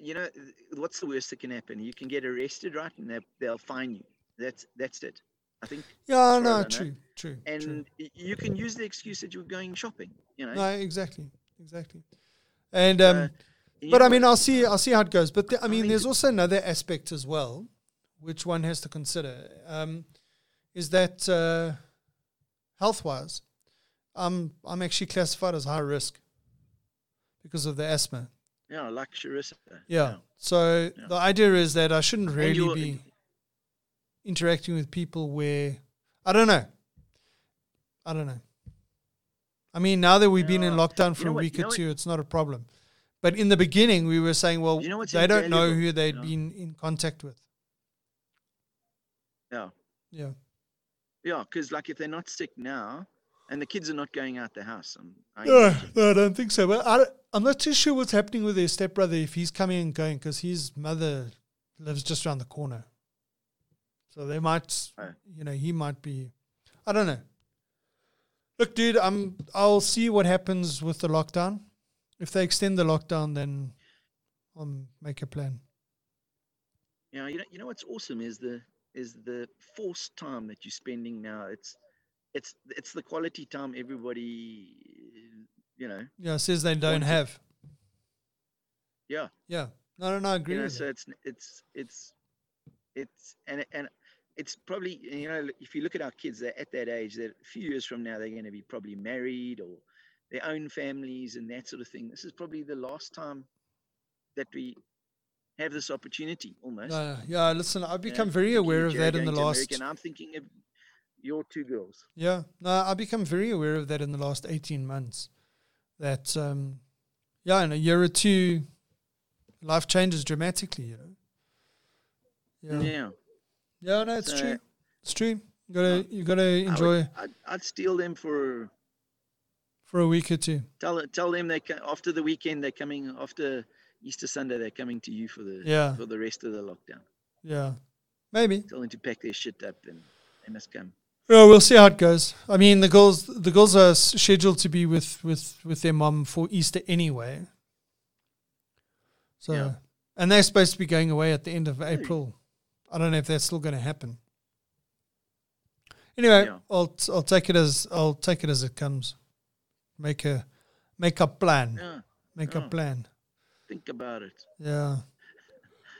S2: You know th- what's the worst that can happen? You can get arrested, right? And they they'll fine you. That's that's it. I think,
S1: Yeah,
S2: Sure,
S1: no,
S2: no, no.
S1: true, true. true.
S2: and y- you can use the excuse that you're going shopping. You know,
S1: No, exactly, exactly. And um,
S2: Uh, You
S1: but
S2: know
S1: I mean,
S2: what?
S1: I'll see. I'll see how it goes. But the, I
S2: I
S1: mean,
S2: think
S1: there's
S2: it-
S1: also another aspect as well, which one has to consider, um, is that uh, health-wise, I'm I'm actually classified as high risk because of the asthma.
S2: Yeah, like Sharissa.
S1: Yeah. So the idea is that I shouldn't really
S2: you're-
S1: be interacting with people where I don't know. I don't know. I mean, now that we've been in
S2: Yeah.
S1: lockdown for
S2: know
S1: a
S2: what-
S1: week
S2: you know
S1: or
S2: what-
S1: two, it's not a problem. But in the beginning, we were saying, well,
S2: You know what's
S1: they don't know
S2: invaluable?
S1: who they had
S2: Yeah.
S1: been in contact with.
S2: Yeah.
S1: Yeah.
S2: Yeah, because like if they're not sick now, and the kids are not going out the house, um, I
S1: No,
S2: imagine.
S1: *sighs* no, I don't think so. Well, I, I'm not too sure what's happening with their stepbrother if he's coming and going because his mother lives just around the corner. So they might,
S2: Oh.
S1: you know, he might be. I don't know. Look, dude, I'm. I'll see what happens with the lockdown. If they extend the lockdown, then I'll make a plan.
S2: yeah, you know, you know what's awesome is the is the forced time that you're spending now. It's it's it's the quality time everybody, you know.
S1: Yeah, it says they don't
S2: Wanted-
S1: have.
S2: Yeah,
S1: Yeah, no, no, no, I agree.
S2: you know,
S1: with
S2: so
S1: that.
S2: it's it's it's it's and and it's probably you know if you look at our kids, they're at that age that a few years from now they're going to be probably married or their own families and that sort of thing. This is probably the last time that we have this opportunity almost.
S1: No, no, yeah, listen, I've
S2: you know,
S1: become very
S2: thinking Uh, of
S1: aware of
S2: Jerry
S1: that in the
S2: going to America,
S1: last
S2: And I'm thinking of your two girls.
S1: Yeah, no, I become very aware of that in the last eighteen months. That um, yeah, in a year or two, life changes dramatically. You know.
S2: Yeah,
S1: Yeah, yeah, no, it's
S2: So-
S1: true. It's true. You gotta you gotta
S2: I would-
S1: enjoy
S2: I'd, I'd steal them for
S1: for a week or two.
S2: tell tell them they ca- after the weekend they're coming after Easter Sunday they're coming to you for the
S1: Yeah.
S2: for the rest of the lockdown.
S1: Yeah, Maybe.
S2: Tell them to pack their shit up and they must come.
S1: Yeah, we'll see how it goes. I mean, the girls the girls are s- scheduled to be with with with their mum for Easter anyway. So,
S2: Yeah.
S1: and they're supposed to be going away at the end of April. I don't know if that's still going to happen. Anyway,
S2: Yeah.
S1: I'll t- I'll take it as I'll take it as it comes. Make a make a plan.
S2: Yeah, Oh.
S1: Make
S2: yeah.
S1: a plan.
S2: think about it.
S1: Yeah.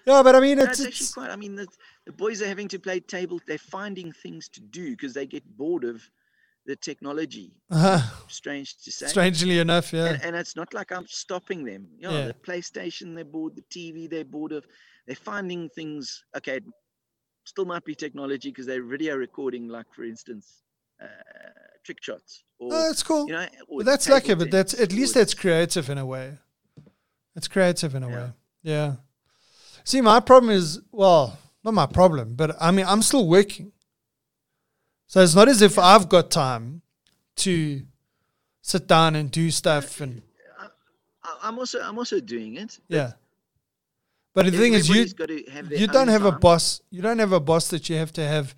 S1: Yeah, but I mean, it's,
S2: That's it's,
S1: it's-
S2: actually quite. I mean, the, the boys are having to play table. They're finding things to do because they get bored of the technology.
S1: *laughs*
S2: Strange to say.
S1: strangely enough, yeah.
S2: And, and it's not like I'm stopping them. You know,
S1: Yeah.
S2: the PlayStation, they're bored. The TV, they're bored of. They're finding things. Okay, it still might be technology because they're video recording, like for instance, uh, trick shots. Or,
S1: No, it's Oh, cool.
S2: you know, or
S1: But that's
S2: table
S1: lucky, but that's at
S2: tennis,
S1: least
S2: or
S1: that's creative in a way. It's creative in a
S2: Yeah.
S1: way. Yeah. See, my problem is well, not my problem, but I mean, I'm still working, so it's not as if I've got time to sit down and do stuff and
S2: I- I'm also I'm also doing it.
S1: yeah. But the thing is, you
S2: Everybody's got to have their
S1: you don't
S2: own
S1: have a
S2: time.
S1: boss. You don't have a boss that you have to have.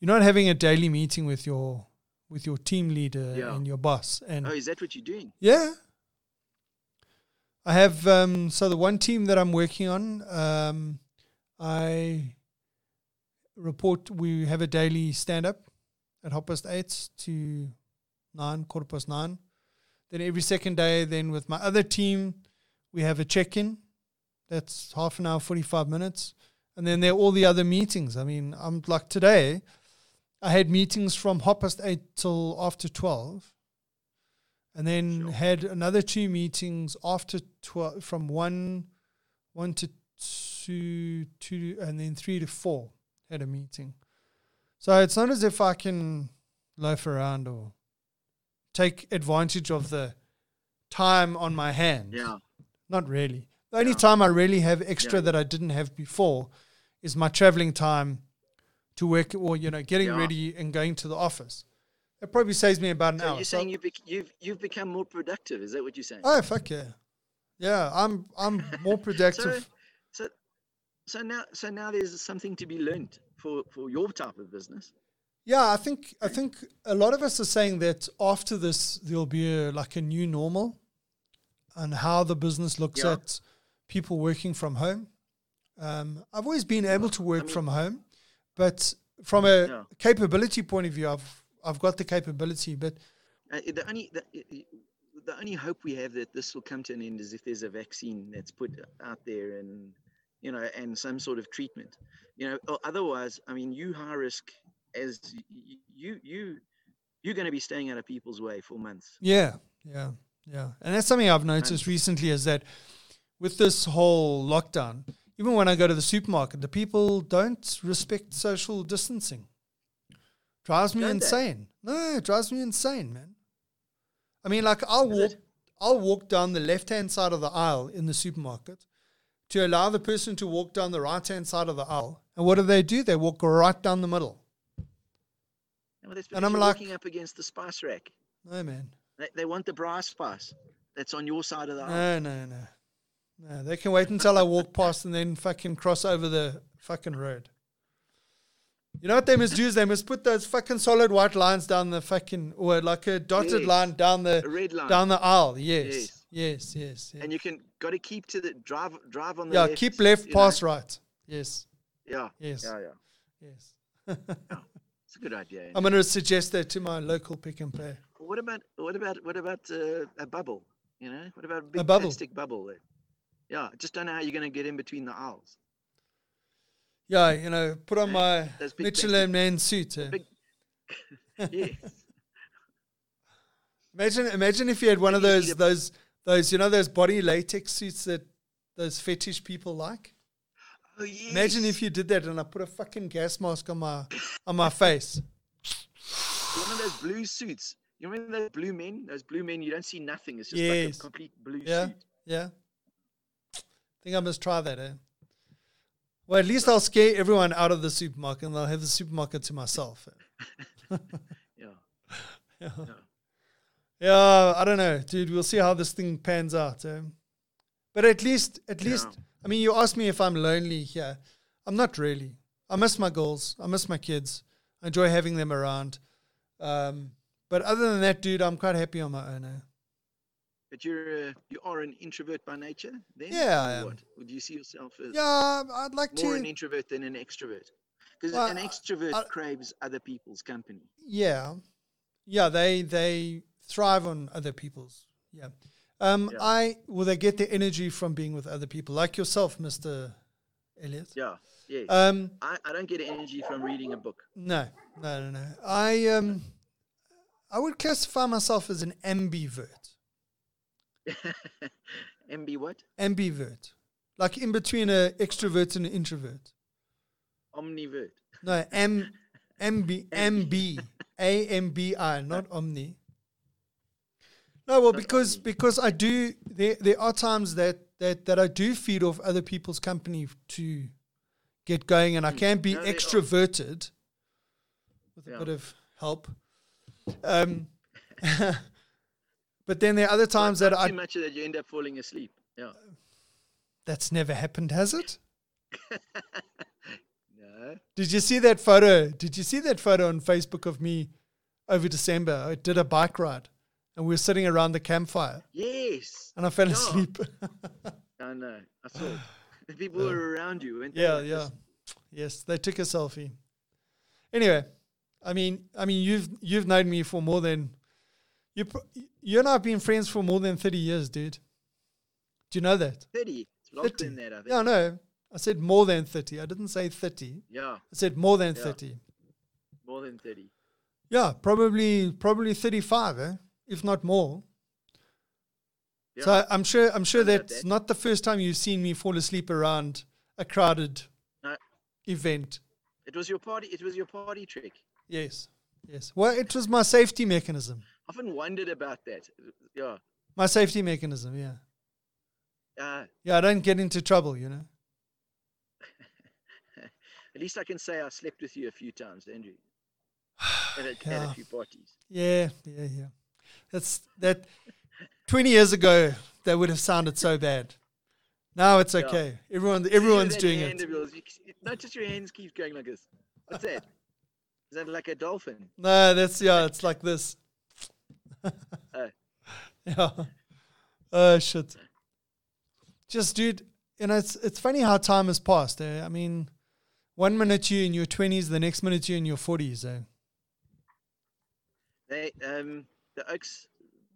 S1: You're not having a daily meeting with your with your team leader
S2: Yeah.
S1: and your boss and
S2: Oh, is that what you're doing?
S1: Yeah. I have um so the one team that I'm working on, um I report we have a daily stand up at half past eight to nine, quarter past nine. Then every second day, then with my other team, we have a check in. That's half an hour, forty five minutes. And then there are all the other meetings. I mean, I'm like today, I had meetings from half past eight till after twelve and then
S2: Sure.
S1: had another two meetings after twelve from one one to two two and then three to four had a meeting. So it's not as if I can loaf around or take advantage of the time on my hands.
S2: Yeah.
S1: Not really. The only
S2: Yeah.
S1: time I really have extra
S2: Yeah.
S1: that I didn't have before is my traveling time to work or, you know, getting
S2: Yeah.
S1: ready and going to the office. It probably saves me about an
S2: So
S1: hour.
S2: you're
S1: So-
S2: saying you've, bec- you've you've become more productive? Is that what you're saying?
S1: Oh fuck yeah, yeah. I'm I'm
S2: *laughs*
S1: more productive.
S2: So, so so now so now there's something to be learned for for your type of business.
S1: yeah, I think I think a lot of us are saying that after this there'll be a, like a new normal, and how the business looks
S2: Yeah.
S1: at people working from home. Um, I've always been able to work
S2: mean-
S1: from home, but from a
S2: Yeah.
S1: capability point of view, I've I've got the capability, but
S2: Uh, the only the, the only hope we have that this will come to an end is if there's a vaccine that's put out there and you know and some sort of treatment. You know, o- otherwise, I mean, you high risk as y- y- you you you're going to be staying out of people's way for months.
S1: Yeah, yeah, yeah. And that's something I've noticed recently is that with this whole lockdown, even when I go to the supermarket, the people don't respect social distancing. Drives me
S2: Don't they?
S1: insane. No, it drives me insane, man. I mean, like I'll
S2: Is
S1: walk,
S2: it?
S1: I'll walk down the left-hand side of the aisle in the supermarket to allow the person to walk down the right-hand side of the aisle. And what do they do? They walk right down the middle.
S2: Well,
S1: And
S2: that's because
S1: I'm
S2: you're
S1: like-
S2: walking up against the spice rack.
S1: No, man.
S2: They, they want the brass spice that's on your side of the aisle.
S1: No, no, no. No, they can wait until I walk past and then fucking cross over the fucking road. You know what they must do is they must put those fucking solid white lines down the fucking or like a dotted
S2: Yes.
S1: line down the
S2: A red line.
S1: down the aisle. Yes.
S2: Yes.
S1: Yes, yes, yes.
S2: and you can got to keep to the drive drive on the
S1: yeah,
S2: left,
S1: keep left,
S2: you know.
S1: pass right. Yes.
S2: yeah
S1: Yes.
S2: yeah yeah
S1: Yes.
S2: it's a good idea
S1: I'm gonna suggest that to my local pick and play.
S2: what about what about what about uh, a bubble you know what about a big
S1: bubble.
S2: plastic bubble that- yeah just don't know how you're going to get in between the
S1: *laughs*
S2: aisles
S1: Yeah, you know, put on my
S2: Those big
S1: Michelin man suit. eh?
S2: big- yes
S1: Imagine, imagine if you had one of
S2: Maybe you
S1: those,
S2: need a-
S1: those, those, you know, those body latex suits that those fetish people like.
S2: oh yes
S1: Imagine if you did that, and I put a fucking gas mask on my, on my face.
S2: one of those blue suits you remember those blue men those blue men you don't see nothing it's just like
S1: Yes.
S2: a complete blue
S1: Yeah,
S2: suit
S1: yeah. think I must try that. Eh? Well, at least I'll scare everyone out of the supermarket, and I'll have the supermarket to myself. eh?
S2: yeah
S1: Yeah, I don't know, dude. We'll see how this thing pans out. eh? But at least, at least, I mean, you asked me if I'm lonely here. I'm not really. I miss my girls. I miss my kids. I enjoy having them around. Um, but other than that, dude, I'm quite happy on my own. eh?
S2: But you're uh, you are an introvert by nature, then?
S1: Yeah, I
S2: Or
S1: am.
S2: what? Or do you see yourself as
S1: Yeah, I'd like
S2: more an
S1: to.
S2: introvert than an extrovert? Because
S1: Well,
S2: an
S1: I-
S2: extrovert
S1: I-
S2: craves other people's company.
S1: Yeah, yeah. They they thrive on other people's. Yeah. Um,
S2: Yeah.
S1: I will they get their energy from being with other people, like yourself, Mister Elliot.
S2: Yeah, yes.
S1: Um,
S2: I, I don't get energy from reading a book. *laughs*
S1: No, no, no, no. I um, I would classify myself as an ambivert.
S2: MB what?
S1: Ambivert, like in between an extrovert and an introvert.
S2: Omnivert.
S1: No, am, ambi, ambi, a m b i, not omni. No, well, because
S2: omni.
S1: because I do. There there are times that that that I do feed off other people's company to get going, and I can be
S2: Hmm. No, there are.
S1: extroverted with a
S2: Yeah.
S1: bit of help. Um, *laughs* but then there are other times
S2: Not
S1: that I Uh,
S2: too much that you end up falling asleep. Yeah.
S1: that's never happened, has it?
S2: *laughs* No.
S1: Did you see that photo? Did you see that photo on Facebook of me over December? I did a bike ride and we were sitting around the campfire
S2: Yes.
S1: and I fell
S2: Yeah.
S1: asleep. *laughs*
S2: I know.
S1: *sighs*
S2: I saw. it. The people were around you. weren't they?
S1: yeah,
S2: Like
S1: yeah.
S2: this-
S1: Yes, they took a selfie. Anyway, I mean, I mean you've you've known me for more than you pr- you and I have been friends for more than 30 years, dude. Do you know that?
S2: Thirty. It's longer
S1: 30.
S2: than that, I think.
S1: Yeah, I know. I said more than 30. I didn't say 30.
S2: Yeah,
S1: I said more than
S2: Yeah.
S1: 30.
S2: more than thirty.
S1: Yeah, probably probably 35, eh? if not more.
S2: Yeah.
S1: So I'm sure I'm sure
S2: Something like
S1: that's
S2: that.
S1: not the first time you've seen me fall asleep around a crowded
S2: No.
S1: event.
S2: it was your party. It was your party trick.
S1: Yes. Yes. Well, it was my safety mechanism.
S2: I often wondered about that. Yeah.
S1: My safety mechanism, yeah.
S2: Uh,
S1: Yeah, I don't get into trouble, you know.
S2: at least I can say I slept with you a few times,
S1: *sighs*
S2: Andrew. At a, at
S1: Yeah.
S2: a few parties.
S1: Yeah, yeah, yeah. That's that 20 years ago that would have sounded so bad. Now it's
S2: Yeah.
S1: okay. Everyone
S2: You
S1: *sighs*
S2: know
S1: everyone's
S2: that
S1: doing
S2: hand
S1: it.
S2: of yours, you c- Notice your hands keep going like this. What's that? Is that like a dolphin?
S1: No, that's yeah, it's like this.
S2: Uh,
S1: *laughs* Yeah. Oh shit. Just dude, you know it's it's funny how time has passed. Eh? I mean, one minute you in your twenties, the next minute you in your forties. Eh?
S2: They, um, the Oaks,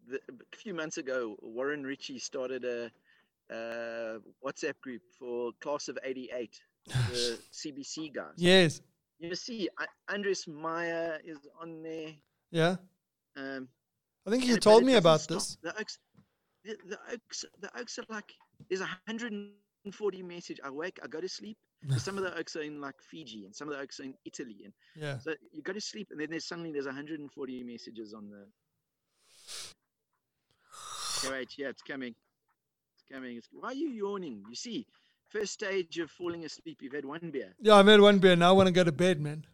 S2: the, a few months ago, Warren Ritchie started a uh, WhatsApp group for Class of
S1: *laughs*
S2: 88, the CBC guys.
S1: Yes.
S2: You see, A- Andres Meyer is on there.
S1: Yeah.
S2: Um,
S1: I think
S2: and
S1: you
S2: it- but
S1: told
S2: it
S1: me
S2: doesn't
S1: about
S2: stop.
S1: this.
S2: The Oaks, the, the Oaks, the Oaks are like, there's 140 message. I wake, I go
S1: *laughs*
S2: to sleep. but some of the Oaks are in like Fiji and some of the Oaks are in Italy. And
S1: Yeah.
S2: so you go to sleep and then there's suddenly there's 140 messages on the. Okay, wait, yeah, it's coming. It's coming. It's... Why are you yawning? You see, first stage of falling asleep, you've had one beer.
S1: Yeah, I've had one beer now I want to go to bed, man.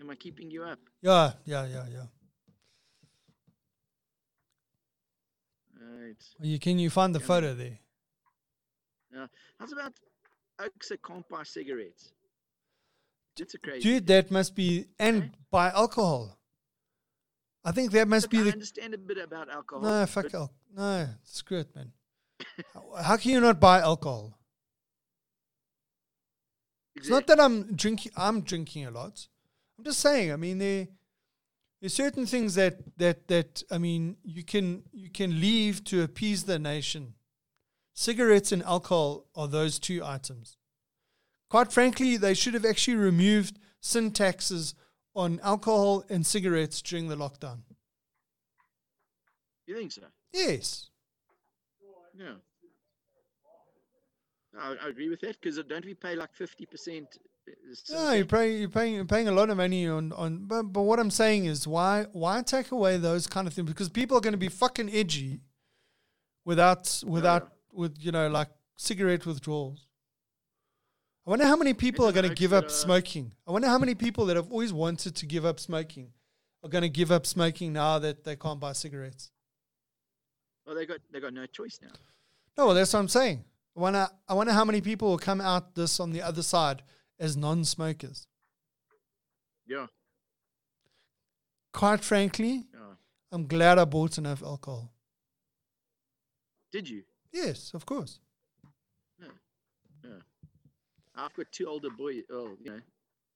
S2: Am I keeping you up?
S1: Yeah, yeah, yeah, yeah.
S2: Uh, it's...
S1: Well, you can you find the
S2: Yeah, man.
S1: photo there?
S2: Uh, how's about Oaks that can't buy cigarettes? That's a crazy.
S1: Dude, that must be and by alcohol. I think that must
S2: Look,
S1: be
S2: I
S1: the
S2: understand a bit about alcohol.
S1: No, fuck
S2: but
S1: alcohol. No, screw it, man. how, how can you not buy alcohol? It's not that I'm drinking. I'm drinking a lot. I'm just saying. I mean, there there's certain things that that that I mean you can you can leave to appease the nation. Cigarettes and alcohol are those two items. Quite frankly, they should have actually removed sin taxes on alcohol and cigarettes during the lockdown.
S2: You think so?
S1: Yes.
S2: Yeah. I, I agree with that because don't we pay like uh, 50%?
S1: No, you're paying you're paying you're paying a lot of money on on. But, but what I'm saying is, why why take away those kind of things? Because people are going to be fucking edgy, without without with you know like cigarette withdrawals. I wonder how many people are
S2: Isn't
S1: going to
S2: it
S1: give up
S2: that, uh,
S1: smoking. I wonder how many people that have always wanted to give up smoking are going to give up smoking now that they can't buy cigarettes.
S2: Well, Oh, they got, they got no choice now.
S1: No, well, that's what I'm saying. I wonder, I wonder how many people will come out this on the other side as non smokers.
S2: Yeah.
S1: Quite frankly,
S2: yeah.
S1: I'm glad I bought enough alcohol.
S2: Did you?
S1: Yes, of course.
S2: I've got two older boys. Well, you know,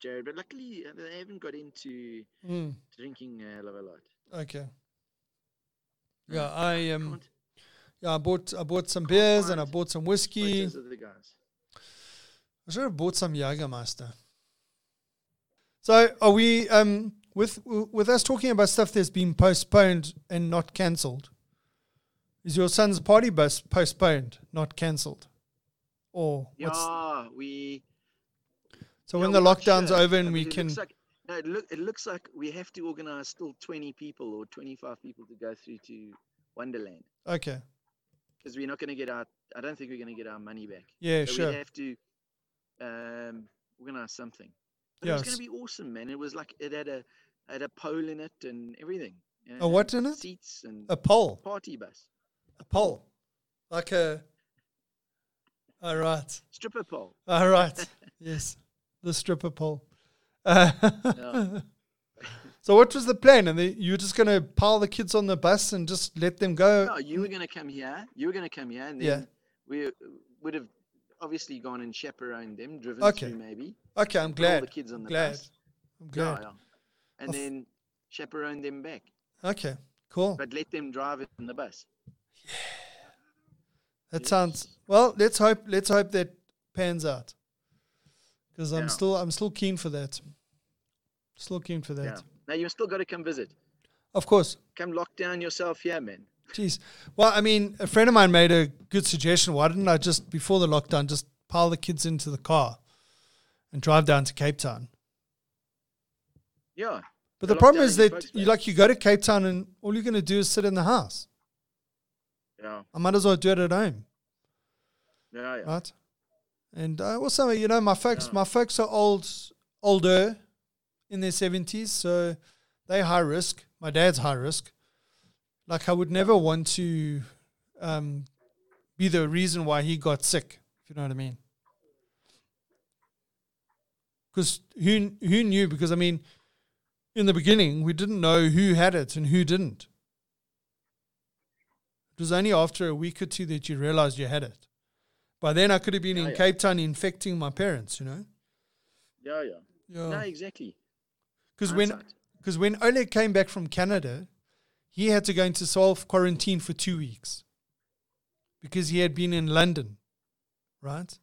S2: Jared, but luckily uh, they haven't got into
S1: Mm,
S2: drinking uh, love a lot.
S1: okay.
S2: Yeah.
S1: Yeah, I um,
S2: Can't-
S1: yeah, I bought I bought some beers and I
S2: find
S1: bought some
S2: both
S1: whiskey.
S2: those other guys.
S1: I should have bought some Jagermeister. So are we um with with us talking about stuff that's been postponed and not cancelled? Is your son's party bus postponed, not cancelled? Or what's
S2: Yeah, we.
S1: so
S2: yeah,
S1: when the
S2: we're not
S1: lockdown's
S2: sure,
S1: over and
S2: but
S1: we
S2: it
S1: can
S2: Looks like, no, it, look, it looks like we have to organize still 20 people or 25 people to go through to Wonderland
S1: Okay.
S2: because we're not going to get our. I don't think we're going to get our money back.
S1: Yeah,
S2: so
S1: sure.
S2: we'd have to um, organize something. But It was
S1: Yes.
S2: going to be awesome, man. It was like it had a had a pole in it and everything.
S1: A what
S2: and
S1: in it?
S2: Seats and
S1: A poll.
S2: party bus,
S1: A poll. Like a all right.
S2: stripper pole.
S1: All right.
S2: *laughs*
S1: yes. The stripper pole. *laughs* Uh,
S2: Yeah.
S1: so what was the plan? And the, you were just going to pile the kids on the bus and just let them go?
S2: No, you were going to come here. You were going to come here, and
S1: Yeah.
S2: then we would have obviously gone and chaperoned them, driven
S1: Okay.
S2: through maybe.
S1: okay, I'm
S2: put all
S1: glad.
S2: the kids on the
S1: glad.
S2: bus.
S1: I'm
S2: Yeah,
S1: glad.
S2: yeah. And
S1: Of-
S2: then chaperoned them back,
S1: Okay, cool.
S2: but let them drive it in the bus.
S1: that sounds well. Let's hope. Let's hope that pans out. Because I'm
S2: Yeah.
S1: still, I'm still keen for that. Still keen for that.
S2: Yeah. Now you still got to come visit.
S1: Of course.
S2: Come lock down yourself here, man.
S1: Jeez. Well, I mean, a friend of mine made a good suggestion. Why didn't I just before the lockdown just pile the kids into the car and drive down to Cape Town?
S2: Yeah.
S1: But
S2: The
S1: the, problem
S2: lockdown
S1: is
S2: in
S1: that you
S2: Boksburg.
S1: like you go to Cape Town and all you're going to do is sit in the house.
S2: Yeah.
S1: I might as well do it at home,
S2: Yeah. yeah.
S1: right? And uh, also, you know, my folks, my folks are old, older, in their seventies, so they high risk. My dad's high risk. Like I would never want to um, be the reason why he got sick. If you know what I mean. Because who who knew? Because I mean, in the beginning, we didn't know who had it and who didn't. It was only after a week or two that you realized you had it. By then, I could have been
S2: Yeah,
S1: in
S2: yeah.
S1: Cape Town infecting my parents. You know.
S2: Yeah. yeah. No, exactly.
S1: Because when
S2: Hindsight.
S1: because when Oleg came back from Canada, he had to go into self quarantine for two weeks because he had been in London, right?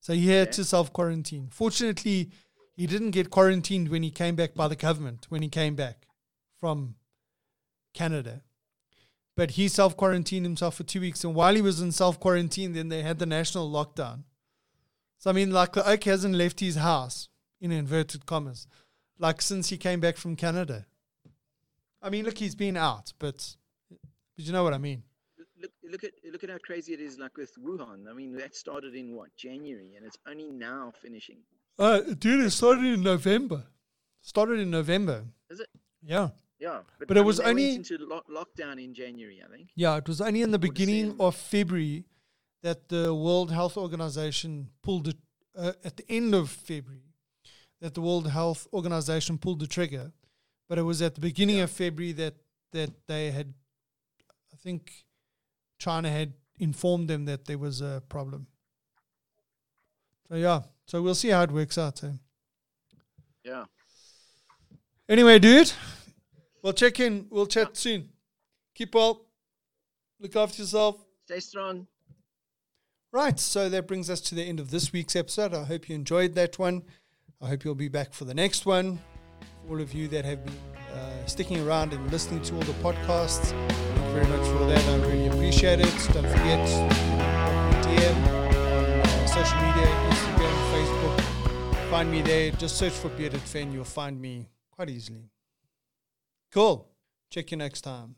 S1: So he had
S2: Okay.
S1: to self quarantine. Fortunately, he didn't get quarantined when he came back by the government when he came back from Canada. But he self quarantined himself for two weeks, and while he was in self quarantine, then they had the national lockdown. So I mean, like the oak hasn't left his house in inverted commas, like since he came back from Canada. I mean, look, he's been out, but but you know what I mean?
S2: Look, look at look at how crazy it is. Like with Wuhan, I mean that started in what January, and it's only now finishing.
S1: Uh, dude, it started in November. Started in November.
S2: Is it?
S1: Yeah,
S2: Yeah, but,
S1: But it
S2: I mean,
S1: was
S2: they went
S1: only-
S2: into lo- lockdown in January, I think.
S1: yeah. It was only in the beginning
S2: December.
S1: of February that the World Health Organization pulled it. Uh, at the end of February, that the World Health Organization pulled the trigger, but it was at the beginning of February that that they had, I think, China had informed them that there was a problem. So yeah, so we'll see how it works out. eh?
S2: Yeah,
S1: Anyway, dude, we'll check in. We'll chat soon. Keep well. Look after yourself.
S2: stay strong.
S1: Right, so that brings us to the end of this week's episode. I hope you enjoyed that one. I hope you'll be back for the next one. For all of you that have been uh, sticking around and listening to all the podcasts, thank you very much for all that. I really appreciate it. Don't forget, DM on uh, social media, Instagram, Facebook. Find me there. Just search for Bearded Fan. You'll find me quite easily. Cool. Check you next time.